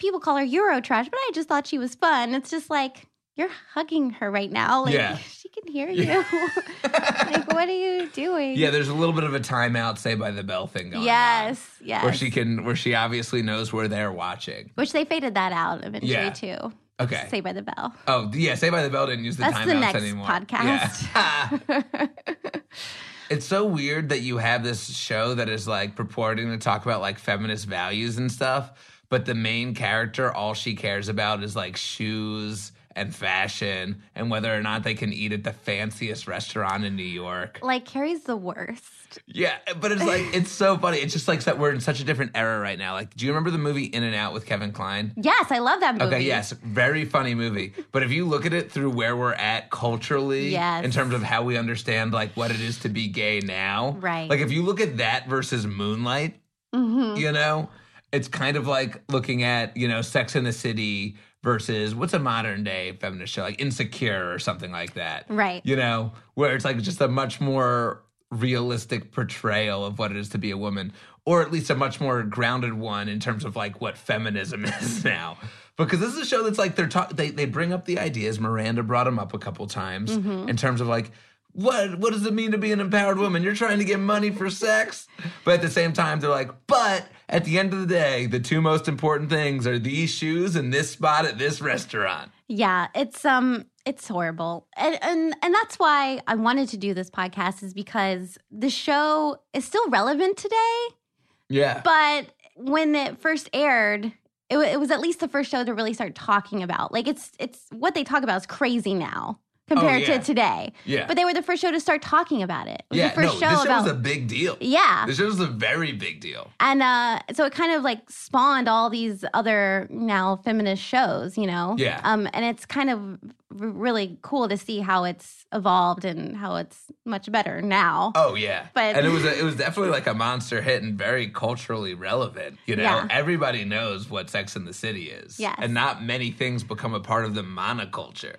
[SPEAKER 1] people call her Euro trash, but I just thought she was fun. It's just like you're hugging her right now. Like
[SPEAKER 2] Yeah.
[SPEAKER 1] she can hear you.
[SPEAKER 2] Yeah.
[SPEAKER 1] like what are you doing?
[SPEAKER 2] Yeah, there's a little bit of a timeout, say by the bell thing going on.
[SPEAKER 1] yes, yes.
[SPEAKER 2] Where she can, where she obviously knows where they're watching.
[SPEAKER 1] Which they faded that out eventually
[SPEAKER 2] Yeah.
[SPEAKER 1] too.
[SPEAKER 2] Okay.
[SPEAKER 1] Say by the bell.
[SPEAKER 2] oh, yeah. Say by the bell didn't use the
[SPEAKER 1] That's the
[SPEAKER 2] timeouts
[SPEAKER 1] next
[SPEAKER 2] anymore.
[SPEAKER 1] podcast.
[SPEAKER 2] Yeah. it's so weird that you have this show that is like purporting to talk about like feminist values and stuff, but the main character, all she cares about is like shoes and fashion and whether or not they can eat at the fanciest restaurant in New York.
[SPEAKER 1] Like Carrie's the worst.
[SPEAKER 2] Yeah, but it's like it's so funny. It's just like that we're in such a different era right now. Like, do you remember the movie In and Out with Kevin Kline?
[SPEAKER 1] Yes, I love that movie.
[SPEAKER 2] Okay, yes, very funny movie. But if you look at it through where we're at culturally,
[SPEAKER 1] Yes.
[SPEAKER 2] in terms of how we understand like what it is to be gay now,
[SPEAKER 1] Right. Mm-hmm.
[SPEAKER 2] Like if you look at that versus Moonlight, you know, it's kind of like looking at you know Sex in the City versus what's a modern day feminist show like Insecure or something like that,
[SPEAKER 1] Right.
[SPEAKER 2] You know, where it's like just a much more realistic portrayal of what it is to be a woman or at least a much more grounded one in terms of like what feminism is now because this is a show that's like they're talk they, they bring up the ideas miranda brought them up a couple times
[SPEAKER 1] Mm-hmm.
[SPEAKER 2] in terms of like what what does it mean to be an empowered woman you're trying to get money for sex but at the same time they're like but at the end of the day the two most important things are these shoes and this spot at this restaurant
[SPEAKER 1] Yeah, it's um it's horrible. And and and that's why I wanted to do this podcast is because the show is still relevant today,
[SPEAKER 2] yeah
[SPEAKER 1] but when it first aired, it, wa- it was at least the first show to really start talking about. Like it's it's what they talk about is crazy now compared
[SPEAKER 2] Oh, yeah.
[SPEAKER 1] to today.
[SPEAKER 2] yeah
[SPEAKER 1] But they were the first show to start talking about it. It was
[SPEAKER 2] yeah
[SPEAKER 1] the first
[SPEAKER 2] no
[SPEAKER 1] show
[SPEAKER 2] this
[SPEAKER 1] about
[SPEAKER 2] was a big deal
[SPEAKER 1] Yeah.
[SPEAKER 2] this was a very big deal
[SPEAKER 1] And uh, so it kind of like spawned all these other now feminist shows, you know?
[SPEAKER 2] Yeah.
[SPEAKER 1] Um, and it's kind of r- really cool to see how it's evolved and how it's much better now.
[SPEAKER 2] Oh yeah,
[SPEAKER 1] But-
[SPEAKER 2] and it was a, it was definitely like a monster hit and very culturally relevant. You know,
[SPEAKER 1] Yeah.
[SPEAKER 2] everybody knows what Sex in the City is,
[SPEAKER 1] Yes.
[SPEAKER 2] and not many things become a part of the monoculture,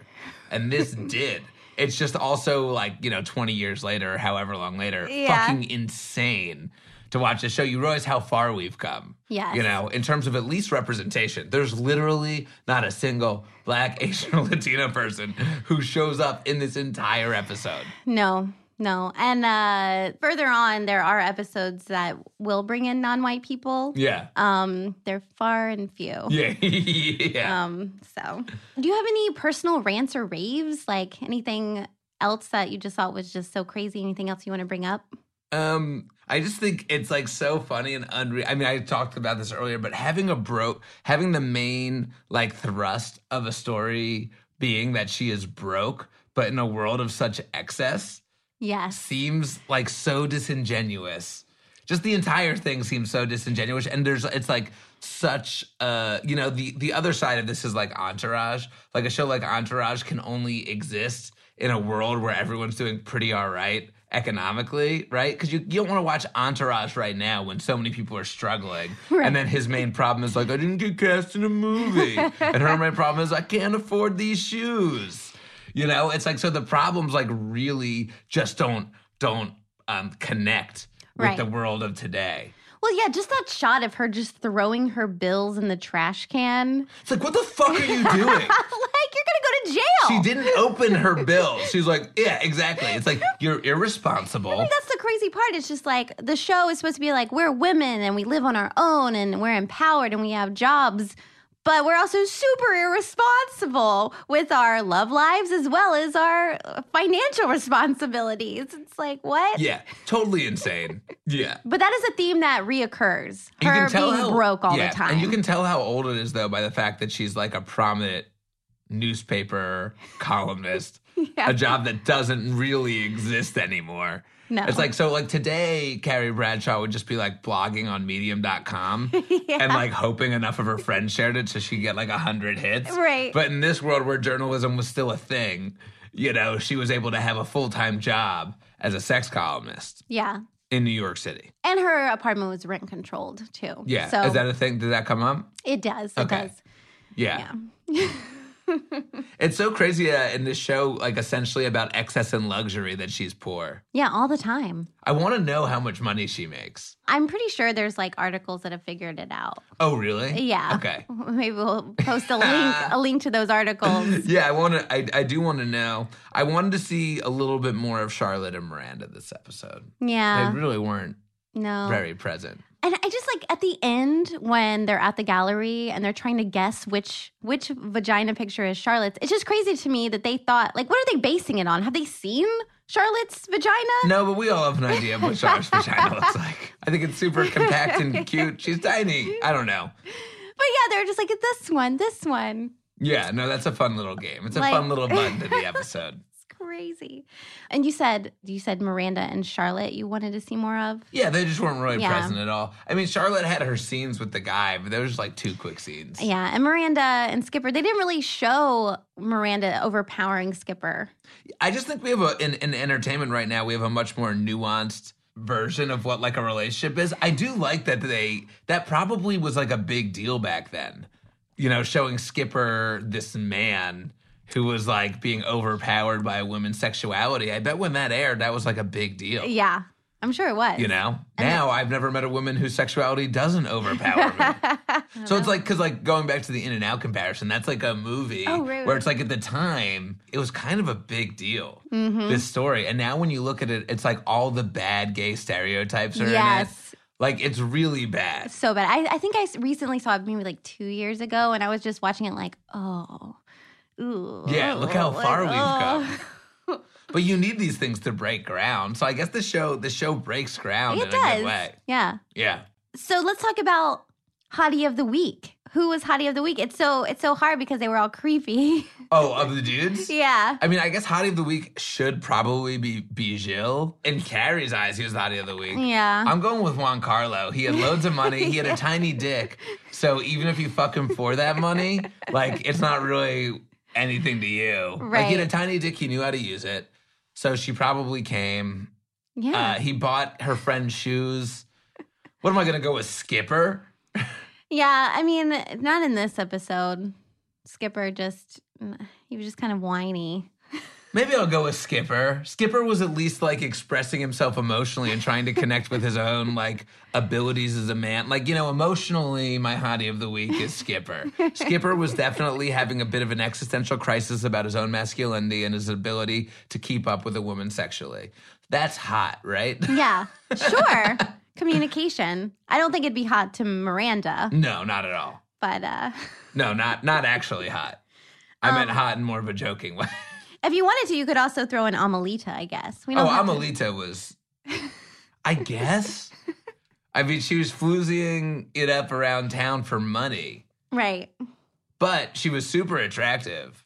[SPEAKER 2] and this did. It's just also like you know, twenty years later, or however long later,
[SPEAKER 1] Yeah.
[SPEAKER 2] fucking insane to watch the show. You realize how far we've come.
[SPEAKER 1] Yes.
[SPEAKER 2] you know, in terms of at least representation, there's literally not a single Black, Asian, or Latina person who shows up in this entire episode.
[SPEAKER 1] No, no. And uh, further on, there are episodes that will bring in non white people.
[SPEAKER 2] Yeah.
[SPEAKER 1] Um, they're far and few.
[SPEAKER 2] Yeah. yeah.
[SPEAKER 1] Um, so do you have any personal rants or raves? Like anything else that you just thought was just so crazy? Anything else you want to bring up?
[SPEAKER 2] Um, I just think it's like so funny and unreal. I mean, I talked about this earlier, but having a broke, having the main like thrust of a story being that she is broke, but in a world of such excess,
[SPEAKER 1] Yes.
[SPEAKER 2] seems like so disingenuous. Just the entire thing seems so disingenuous, and there's it's like such uh you know the the other side of this is like Entourage, like a show like Entourage can only exist in a world where everyone's doing pretty all right economically, right? Because you, you don't want to watch Entourage right now when so many people are struggling, and then his main problem is like I didn't get cast in a movie, and her main problem is I can't afford these shoes. You know, it's like so the problems like really just don't don't um connect with
[SPEAKER 1] Right.
[SPEAKER 2] the world of today.
[SPEAKER 1] Well, yeah, just that shot of her just throwing her bills in the trash can.
[SPEAKER 2] It's like what the fuck are you doing?
[SPEAKER 1] like, you're going to go to jail.
[SPEAKER 2] she didn't open her bill. She's like, yeah, exactly. It's like you're irresponsible.
[SPEAKER 1] That's the crazy part. It's just like the show is supposed to be like, we're women and we live on our own and we're empowered and we have jobs, but we're also super irresponsible with our love lives as well as our uh, financial responsibilities. It's like, what?
[SPEAKER 2] Yeah, totally insane. Yeah.
[SPEAKER 1] But that is a theme that reoccurs.
[SPEAKER 2] You
[SPEAKER 1] Her
[SPEAKER 2] can tell
[SPEAKER 1] being
[SPEAKER 2] how-
[SPEAKER 1] broke all
[SPEAKER 2] yeah,
[SPEAKER 1] the time.
[SPEAKER 2] And you can tell how old it is though by the fact that she's like a prominent newspaper columnist.
[SPEAKER 1] Yeah.
[SPEAKER 2] A job that doesn't really exist anymore.
[SPEAKER 1] No.
[SPEAKER 2] It's like so like today Carrie Bradshaw would just be like blogging on medium.com and like hoping enough of her friends shared it so she'd get like a hundred hits.
[SPEAKER 1] Right.
[SPEAKER 2] But in this world where journalism was still a thing, you know, she was able to have a full time job as a sex columnist
[SPEAKER 1] yeah.
[SPEAKER 2] in New York City.
[SPEAKER 1] And her apartment was rent controlled too.
[SPEAKER 2] Yeah.
[SPEAKER 1] So
[SPEAKER 2] Is that a thing? Did that come up?
[SPEAKER 1] it does. It
[SPEAKER 2] Okay.
[SPEAKER 1] does.
[SPEAKER 2] Yeah. it's so crazy uh, in this show, like essentially about excess and luxury that she's poor.
[SPEAKER 1] Yeah, all the time.
[SPEAKER 2] I want to know how much money she makes.
[SPEAKER 1] I'm pretty sure there's like articles that have figured it out.
[SPEAKER 2] Oh, really?
[SPEAKER 1] Yeah.
[SPEAKER 2] Okay.
[SPEAKER 1] Maybe we'll post a link, a link to those articles.
[SPEAKER 2] Yeah, I want to. I, I do want to know. I wanted to see a little bit more of Charlotte and Miranda this episode.
[SPEAKER 1] Yeah.
[SPEAKER 2] they really weren't
[SPEAKER 1] no.
[SPEAKER 2] very present.
[SPEAKER 1] And I just like at the end when they're at the gallery and they're trying to guess which which vagina picture is Charlotte's. It's just crazy to me that they thought like, what are they basing it on? Have they seen Charlotte's vagina?
[SPEAKER 2] No, but we all have an idea of what Charlotte's vagina looks like. I think it's super compact and cute. She's tiny. I don't know.
[SPEAKER 1] But yeah, they're just like this one, this one.
[SPEAKER 2] Yeah, no, that's a fun little game. It's a
[SPEAKER 1] Like-
[SPEAKER 2] fun little button to the episode.
[SPEAKER 1] It's crazy. And you said you said Miranda and Charlotte you wanted to see more of.
[SPEAKER 2] Yeah, they just weren't really
[SPEAKER 1] Yeah.
[SPEAKER 2] present at all. I mean, Charlotte had her scenes with the guy, but there was like two quick scenes.
[SPEAKER 1] Yeah, and Miranda and Skipper, they didn't really show Miranda overpowering Skipper.
[SPEAKER 2] I just think we have a in, in entertainment right now, we have a much more nuanced version of what like a relationship is. I do like that they that probably was like a big deal back then. You know, showing Skipper this man who was like being overpowered by a woman's sexuality. I bet when that aired, that was like a big deal.
[SPEAKER 1] Yeah, I'm sure it was.
[SPEAKER 2] You know, now I've never met a woman whose sexuality doesn't overpower me. So it's like because like going back to the In and Out comparison, that's like a movie
[SPEAKER 1] Oh, right,
[SPEAKER 2] where
[SPEAKER 1] right.
[SPEAKER 2] it's like at the time it was kind of a big deal
[SPEAKER 1] Mm-hmm.
[SPEAKER 2] this story, and now when you look at it, it's like all the bad gay stereotypes are in it.
[SPEAKER 1] Yes.
[SPEAKER 2] Like it's really bad.
[SPEAKER 1] So bad. I, I think I s- recently saw it maybe like two years ago, and I was just watching it like, oh, ooh.
[SPEAKER 2] Yeah, look how
[SPEAKER 1] like,
[SPEAKER 2] far we've
[SPEAKER 1] oh.
[SPEAKER 2] come. But you need these things to break ground. So I guess the show the show breaks ground
[SPEAKER 1] It
[SPEAKER 2] in a good
[SPEAKER 1] does.
[SPEAKER 2] way.
[SPEAKER 1] Yeah.
[SPEAKER 2] Yeah.
[SPEAKER 1] So let's talk about hottie of the week. Who was hottie of the week? It's so it's so hard because they were all creepy.
[SPEAKER 2] Oh, of the dudes.
[SPEAKER 1] yeah.
[SPEAKER 2] I mean, I guess hottie of the week should probably be Bijil. In Carrie's eyes, he was the hottie of the week.
[SPEAKER 1] Yeah.
[SPEAKER 2] I'm going with Juan Carlo. He had loads of money. He had a tiny dick. So even if you fuck him for that money, like it's not really anything to you. Like he
[SPEAKER 1] Right.
[SPEAKER 2] had a tiny dick. He knew how to use it. So she probably came.
[SPEAKER 1] yeah.
[SPEAKER 2] Uh, he bought her friend shoes. What am I going to go with? Skipper?
[SPEAKER 1] yeah. I mean, not in this episode. Skipper just mm, he was just kind of whiny.
[SPEAKER 2] Maybe I'll go with Skipper. Skipper was at least like expressing himself emotionally and trying to connect with his own like abilities as a man. Like, you know, emotionally, my hottie of the week is Skipper. Skipper was definitely having a bit of an existential crisis about his own masculinity and his ability to keep up with a woman sexually. That's hot, right?
[SPEAKER 1] Yeah. Sure. Communication. I don't think it'd be hot to Miranda,
[SPEAKER 2] No, not at all.
[SPEAKER 1] but uh
[SPEAKER 2] No, not not actually hot. I meant hot in more of a joking way.
[SPEAKER 1] if you wanted to, you could also throw in Amelita, I guess. We
[SPEAKER 2] Oh,
[SPEAKER 1] don't have to-
[SPEAKER 2] Amelita was. I guess. I mean, she was floozying it up around town for money,
[SPEAKER 1] Right.
[SPEAKER 2] but she was super attractive.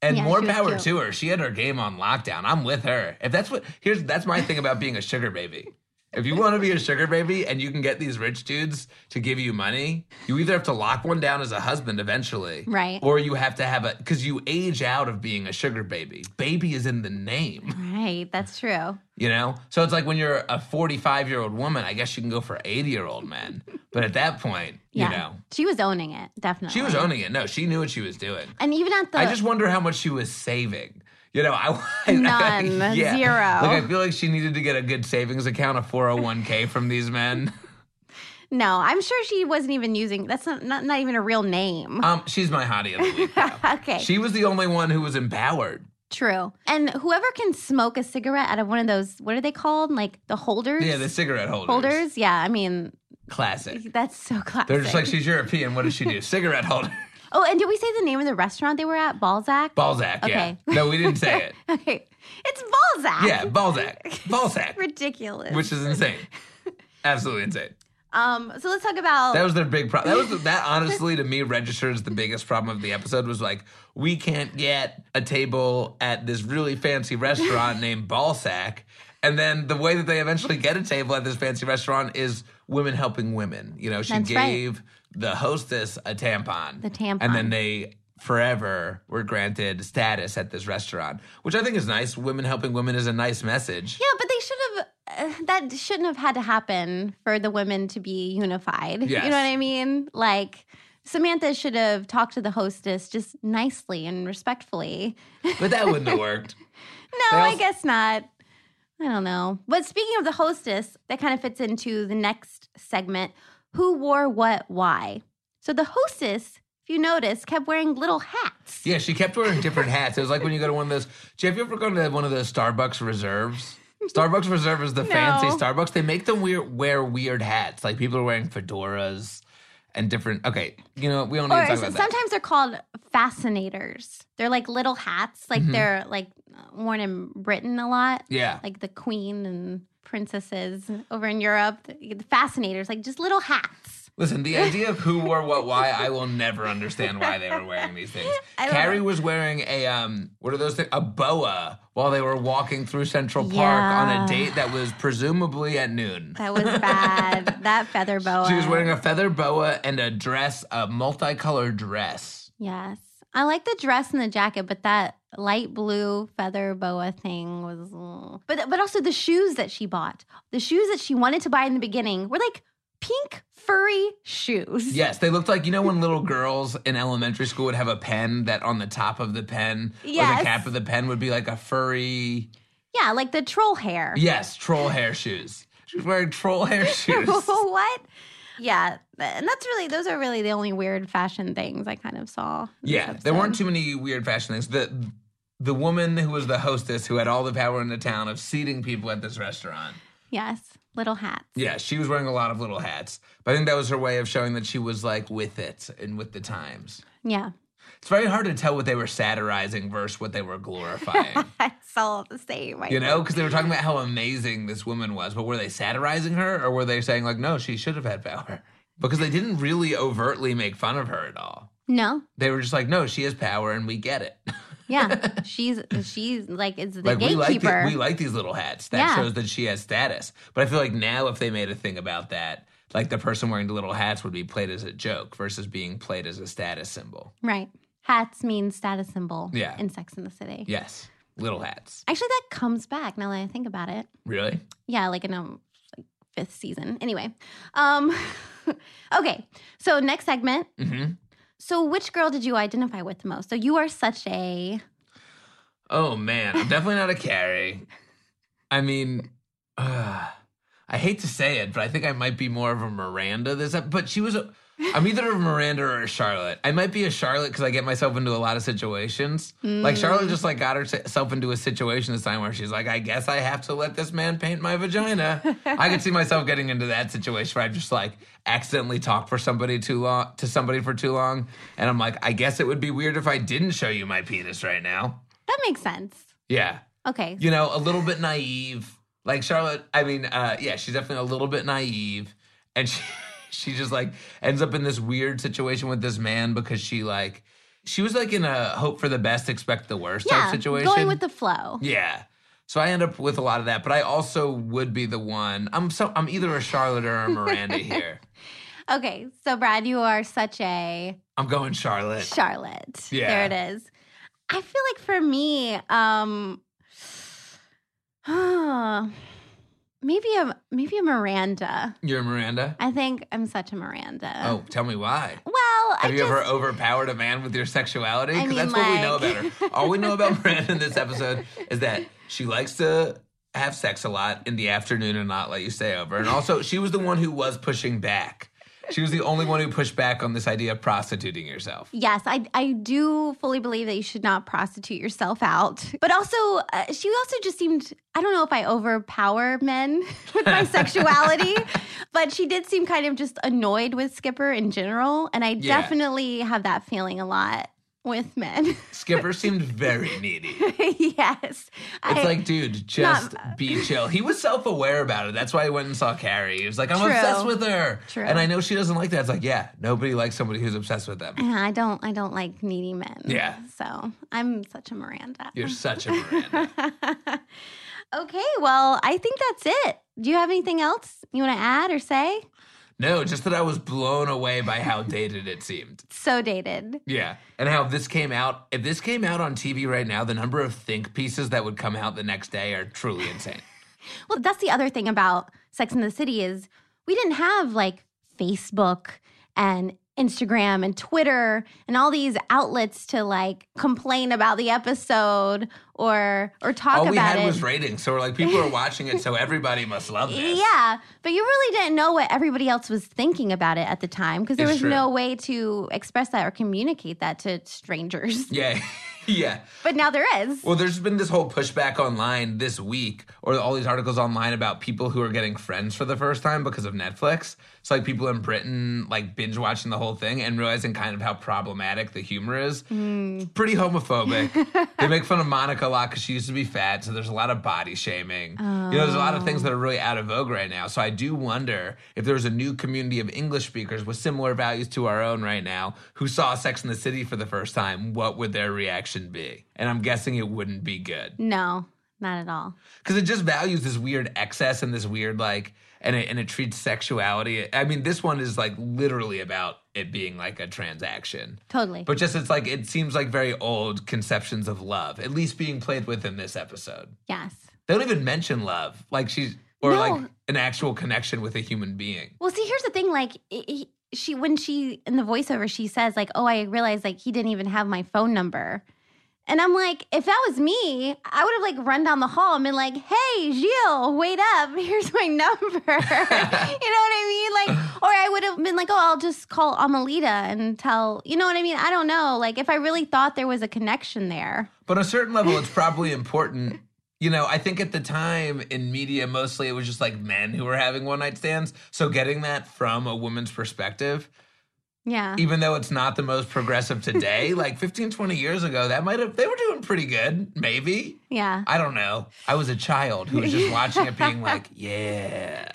[SPEAKER 2] And
[SPEAKER 1] Yeah,
[SPEAKER 2] more
[SPEAKER 1] she was
[SPEAKER 2] power
[SPEAKER 1] cute.
[SPEAKER 2] to her. She had her game on lockdown. I'm with her. If that's what here's that's my thing about being a sugar baby. If you want to be a sugar baby and you can get these rich dudes to give you money, you either have to lock one down as a husband eventually.
[SPEAKER 1] Right.
[SPEAKER 2] Or you have to have a cuz you age out of being a sugar baby. Baby is in the name.
[SPEAKER 1] Right. That's true.
[SPEAKER 2] You know? So it's like when you're a 45 year old woman, I guess you can go for 80 year old men. But at that point,
[SPEAKER 1] Yeah.
[SPEAKER 2] you know,
[SPEAKER 1] She was owning it, definitely.
[SPEAKER 2] she was owning it. No, she knew what she was doing.
[SPEAKER 1] And even at the
[SPEAKER 2] I just wonder how much she was saving. You know, I
[SPEAKER 1] None. Zero.
[SPEAKER 2] Like I feel like she needed to get a good savings account, a 401k from these men.
[SPEAKER 1] No, I'm sure she wasn't even using that's not not, not even a real name.
[SPEAKER 2] Um, she's my hottie of the week. though.
[SPEAKER 1] okay.
[SPEAKER 2] Uh, She was the only one who was empowered.
[SPEAKER 1] True. And whoever can smoke a cigarette out of one of those what are they called? Like the holders?
[SPEAKER 2] Yeah, the cigarette holders.
[SPEAKER 1] holders? Yeah, I mean
[SPEAKER 2] Classic.
[SPEAKER 1] that's so classic.
[SPEAKER 2] They're just like she's European. What does she do? Cigarette holder.
[SPEAKER 1] oh, and did we say the name of the restaurant they were at? Balzac?
[SPEAKER 2] Balzac. Yeah.
[SPEAKER 1] Okay.
[SPEAKER 2] No, we didn't say it.
[SPEAKER 1] okay. It's Balzac.
[SPEAKER 2] Yeah, Balzac. Balzac.
[SPEAKER 1] Ridiculous.
[SPEAKER 2] which is insane. Absolutely insane.
[SPEAKER 1] um so let's talk about
[SPEAKER 2] That was their big problem. That was that honestly to me registers the biggest problem of the episode was like we can't get a table at this really fancy restaurant named Ballsack. And then the way that they eventually get a table at this fancy restaurant is women helping women. You know, she
[SPEAKER 1] That's right.
[SPEAKER 2] gave the hostess a tampon.
[SPEAKER 1] The tampon.
[SPEAKER 2] And then they forever were granted status at this restaurant, which I think is nice. Women helping women is a nice message.
[SPEAKER 1] Yeah, but they should have. Uh, that shouldn't have had to happen for the women to be unified.
[SPEAKER 2] Yes.
[SPEAKER 1] You know what I mean? Like Samantha should have talked to the hostess just nicely and respectfully.
[SPEAKER 2] But that wouldn't have worked.
[SPEAKER 1] No,
[SPEAKER 2] They
[SPEAKER 1] I
[SPEAKER 2] also-
[SPEAKER 1] guess not. I don't know. But speaking of the hostess, that kind of fits into the next segment who wore what, why. So the hostess, if you notice, kept wearing little hats.
[SPEAKER 2] Yeah, she kept wearing different hats. It was like when you go to one of those. Do you ever go to one of those Starbucks reserves? Starbucks Reserve is the fancy
[SPEAKER 1] No.
[SPEAKER 2] Starbucks. They make them weird, wear weird hats. Like people are wearing fedoras and different. Okay, you know we don't need
[SPEAKER 1] Or
[SPEAKER 2] to talk about that.
[SPEAKER 1] sometimes they're called fascinators. They're like little hats, like they're like worn in Britain a lot,
[SPEAKER 2] Mm-hmm. Yeah,
[SPEAKER 1] like the queen and princesses over in Europe. The fascinators, like just little hats.
[SPEAKER 2] Listen, the idea of who wore what, why, I will never understand why they were wearing these things.
[SPEAKER 1] I don't
[SPEAKER 2] Carrie was wearing a um, what are those things? A boa while they were walking through Central Park on
[SPEAKER 1] Yeah.
[SPEAKER 2] a date that was presumably at noon.
[SPEAKER 1] That was bad. that feather boa.
[SPEAKER 2] She was wearing a feather boa and a dress, a multicolored dress.
[SPEAKER 1] Yes. I like the dress and the jacket, but that light blue feather boa thing was. mm. But but also the shoes that she bought, the shoes that she wanted to buy in the beginning were like pink furry shoes.
[SPEAKER 2] Yes, they looked like you know when little girls in elementary school would have a pen that on the top of the pen or
[SPEAKER 1] Yes.
[SPEAKER 2] the cap of the pen would be like a furry.
[SPEAKER 1] Yeah, like the troll hair.
[SPEAKER 2] Yes, troll hair shoes. She was wearing troll hair shoes.
[SPEAKER 1] what? Yeah, th- and that's really those are really the only weird fashion things I kind of saw. in this
[SPEAKER 2] Yeah, there
[SPEAKER 1] episode.
[SPEAKER 2] weren't too many weird fashion things. The the woman who was the hostess who had all the power in the town of seating people at this restaurant.
[SPEAKER 1] Yes, little hats.
[SPEAKER 2] Yeah, she was wearing a lot of little hats. But I think that was her way of showing that she was like with it and with the times.
[SPEAKER 1] Yeah,
[SPEAKER 2] It's very hard to tell what they were satirizing versus what they were glorifying.
[SPEAKER 1] it's all the same. I
[SPEAKER 2] You
[SPEAKER 1] think.
[SPEAKER 2] know, because they were talking about how amazing this woman was, but were they satirizing her or were they saying, like, no, she should have had power? Because they didn't really overtly make fun of her at all.
[SPEAKER 1] No.
[SPEAKER 2] They were just like, no, she has power and we get it.
[SPEAKER 1] Yeah, she's she's like it's the
[SPEAKER 2] like, we like, the,
[SPEAKER 1] gatekeeper.
[SPEAKER 2] we like these little hats. That
[SPEAKER 1] Yeah.
[SPEAKER 2] shows that she has status. But I feel like now, if they made a thing about that, like the person wearing the little hats would be played as a joke versus being played as a status symbol.
[SPEAKER 1] right. Hats mean status symbol.
[SPEAKER 2] Yeah.
[SPEAKER 1] In Sex in the City.
[SPEAKER 2] Yes, little hats.
[SPEAKER 1] Actually, that comes back now that I think about it.
[SPEAKER 2] Really?
[SPEAKER 1] Yeah, like in um like fifth season. Anyway, um, okay. So next segment.
[SPEAKER 2] hmm
[SPEAKER 1] So which girl did you identify with the most? So you are such a
[SPEAKER 2] Oh man, I'm definitely not a carry. I mean, uh, I hate to say it, but I think I might be more of a Miranda this ep- but she was a I'm either a Miranda or a Charlotte. I might be a Charlotte because I get myself into a lot of situations. Like Charlotte just like got herself into a situation this time where she's like, I guess I have to let this man paint my vagina. I could see myself getting into that situation where I just like accidentally talk for somebody too long to somebody for too long, and I'm like, I guess it would be weird if I didn't show you my penis right now.
[SPEAKER 1] that makes sense.
[SPEAKER 2] Yeah
[SPEAKER 1] Okay.
[SPEAKER 2] you know, a little bit naive. Like Charlotte, I mean, uh, yeah, she's definitely a little bit naive, and she she just like ends up in this weird situation with this man because she like she was like in a hope for the best, expect the worst
[SPEAKER 1] yeah.
[SPEAKER 2] type situation.
[SPEAKER 1] Going with the flow.
[SPEAKER 2] yeah. So I end up with a lot of that, but I also would be the one. I'm so I'm either a Charlotte or a Miranda here.
[SPEAKER 1] Okay. So Brad, you are such a
[SPEAKER 2] I'm going Charlotte.
[SPEAKER 1] Charlotte.
[SPEAKER 2] Yeah.
[SPEAKER 1] There it is. I feel like for me, um maybe a maybe a Miranda.
[SPEAKER 2] You're a Miranda.
[SPEAKER 1] I think I'm such a Miranda.
[SPEAKER 2] oh, tell me why.
[SPEAKER 1] Well,
[SPEAKER 2] Have
[SPEAKER 1] I
[SPEAKER 2] you
[SPEAKER 1] just,
[SPEAKER 2] ever overpowered a man with your sexuality?
[SPEAKER 1] I mean,
[SPEAKER 2] Because that's what we know
[SPEAKER 1] like-
[SPEAKER 2] about her. All we know about Miranda in this episode is that she likes to have sex a lot in the afternoon and not let you stay over. And also, she was the one who was pushing back. She was the only one who pushed back on this idea of prostituting yourself.
[SPEAKER 1] Yes, I, I do fully believe that you should not prostitute yourself out. But also, uh, she also just seemed, I don't know if I overpower men with my sexuality, but she did seem kind of just annoyed with Skipper in general. And I
[SPEAKER 2] Yeah.
[SPEAKER 1] definitely have that feeling a lot with men.
[SPEAKER 2] Skipper seemed very needy.
[SPEAKER 1] yes. I,
[SPEAKER 2] It's like, dude, just be chill. He was self aware about it. That's why he went and saw Carrie. He was like, I'm
[SPEAKER 1] True.
[SPEAKER 2] obsessed with her.
[SPEAKER 1] True.
[SPEAKER 2] And I know she doesn't like that. It's like, yeah, nobody likes somebody who's obsessed with them.
[SPEAKER 1] Yeah, I don't I don't like needy men.
[SPEAKER 2] Yeah.
[SPEAKER 1] So I'm such a Miranda.
[SPEAKER 2] You're such a Miranda.
[SPEAKER 1] okay, well, I think that's it. Do you have anything else you want to add or say?
[SPEAKER 2] No, just that I was blown away by how dated it seemed.
[SPEAKER 1] So dated.
[SPEAKER 2] Yeah. And how this came out, if this came out on TV right now, the number of think pieces that would come out the next day are truly insane.
[SPEAKER 1] Well, that's the other thing about Sex in the City is we didn't have like Facebook and Instagram and Twitter and all these outlets to like complain about the episode or or talk
[SPEAKER 2] All
[SPEAKER 1] about
[SPEAKER 2] we had
[SPEAKER 1] it.
[SPEAKER 2] was ratings. So we're like, people are watching it, so everybody must love this.
[SPEAKER 1] Yeah, but you really didn't know what everybody else was thinking about it at the time because there
[SPEAKER 2] It's
[SPEAKER 1] was
[SPEAKER 2] true.
[SPEAKER 1] no way to express that or communicate that to strangers.
[SPEAKER 2] Yeah. yeah.
[SPEAKER 1] but now there is.
[SPEAKER 2] Well, there's been this whole pushback online this week, or all these articles online about people who are getting friends for the first time because of Netflix. So, like, people in Britain, like, binge watching the whole thing and realizing kind of how problematic the humor is.
[SPEAKER 1] Mm-hmm.
[SPEAKER 2] It's pretty homophobic. they make fun of Monica a lot because she used to be fat. So, there's a lot of body shaming. You know, there's a lot of things that are really out of vogue right now. So, I do wonder if there's a new community of English speakers with similar values to our own right now who saw Sex in the City for the first time, what would their reaction be? and I'm guessing it wouldn't be good
[SPEAKER 1] no, not at all.
[SPEAKER 2] because it just values this weird excess and this weird like, and it, and it treats sexuality. I mean, this one is like literally about it being like a transaction,
[SPEAKER 1] Totally.
[SPEAKER 2] but just it's like it seems like very old conceptions of love, at least being played with in this episode.
[SPEAKER 1] yes.
[SPEAKER 2] They don't even mention love, like she's or
[SPEAKER 1] No.
[SPEAKER 2] like an actual connection with a human being.
[SPEAKER 1] Well, see, here's the thing. Like, i i she when she in the voiceover, she says like, "Oh, I realized like he didn't even have my phone number," and I'm like, if that was me, I would have like run down the hall and been like, "Hey, Gilles, wait up! Here's my number." you know what I mean? Like, or I would have been like, "Oh, I'll just call Amelita and tell." You know what I mean? I don't know. Like, if I really thought there was a connection there,
[SPEAKER 2] But on a certain level, it's probably important. You know, I think at the time in media, mostly it was just like men who were having one night stands. So getting that from a woman's perspective,
[SPEAKER 1] yeah.
[SPEAKER 2] even though it's not the most progressive today, like 15, 20 years ago, that might have, they were doing pretty good, maybe.
[SPEAKER 1] Yeah.
[SPEAKER 2] I don't know. I was a child who was just watching it being like, yeah.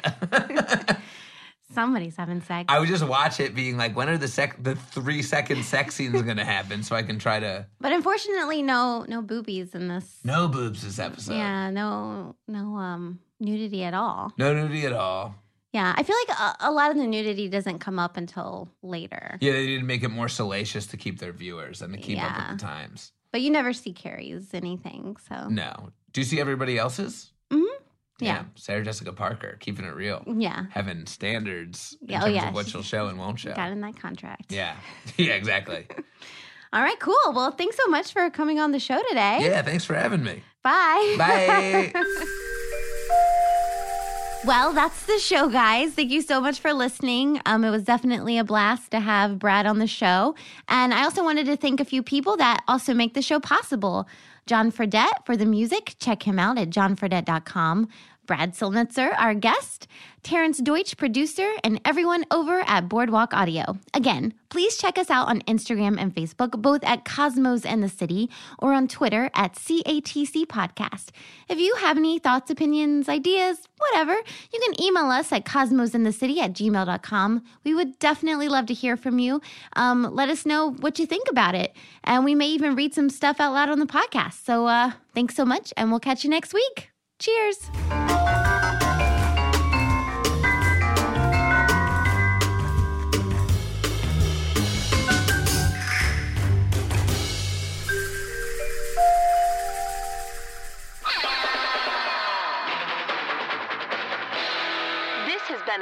[SPEAKER 1] Somebody's having sex.
[SPEAKER 2] I would just watch it being like, when are the sec- the three second sex scenes going to happen so I can try to,
[SPEAKER 1] but unfortunately, no no boobies in this
[SPEAKER 2] no boobs this episode.
[SPEAKER 1] Yeah, no, no um, nudity at all.
[SPEAKER 2] No nudity at all.
[SPEAKER 1] Yeah, I feel like a, a lot of the nudity doesn't come up until later.
[SPEAKER 2] Yeah, they need to make it more salacious to keep their viewers and to keep up
[SPEAKER 1] Yeah.
[SPEAKER 2] with the times.
[SPEAKER 1] But you never see Carrie's anything. So
[SPEAKER 2] No. Do you see everybody else's?
[SPEAKER 1] Mhm. Yeah.
[SPEAKER 2] Damn, Sarah Jessica Parker, keeping it real.
[SPEAKER 1] yeah,
[SPEAKER 2] Having standards in
[SPEAKER 1] Yeah, oh,
[SPEAKER 2] terms
[SPEAKER 1] yeah.
[SPEAKER 2] of what she'll show and won't show.
[SPEAKER 1] got in that contract.
[SPEAKER 2] Yeah. Yeah, exactly.
[SPEAKER 1] All right, cool. Well, thanks so much for coming on the show today.
[SPEAKER 2] yeah, thanks for having me.
[SPEAKER 1] Bye.
[SPEAKER 2] Bye.
[SPEAKER 1] Well, that's the show, guys. Thank you so much for listening. Um, it was definitely a blast to have Brad on the show. And I also wanted to thank a few people that also make the show possible. John Fredette for the music. Check him out at johnfredette.com. Brad Silnitzer, our guest, Terrence Deutsch, producer, and everyone over at Boardwalk Audio. Again, please check us out on Instagram and Facebook, both at Cosmos and the City, or on Twitter at CATC Podcast. If you have any thoughts, opinions, ideas, whatever, you can email us at cosmosinthecity at gmail.com. We would definitely love to hear from you. Um, let us know what you think about it. And we may even read some stuff out loud on the podcast. So uh, thanks so much, and we'll catch you next week. Cheers.
[SPEAKER 3] This has been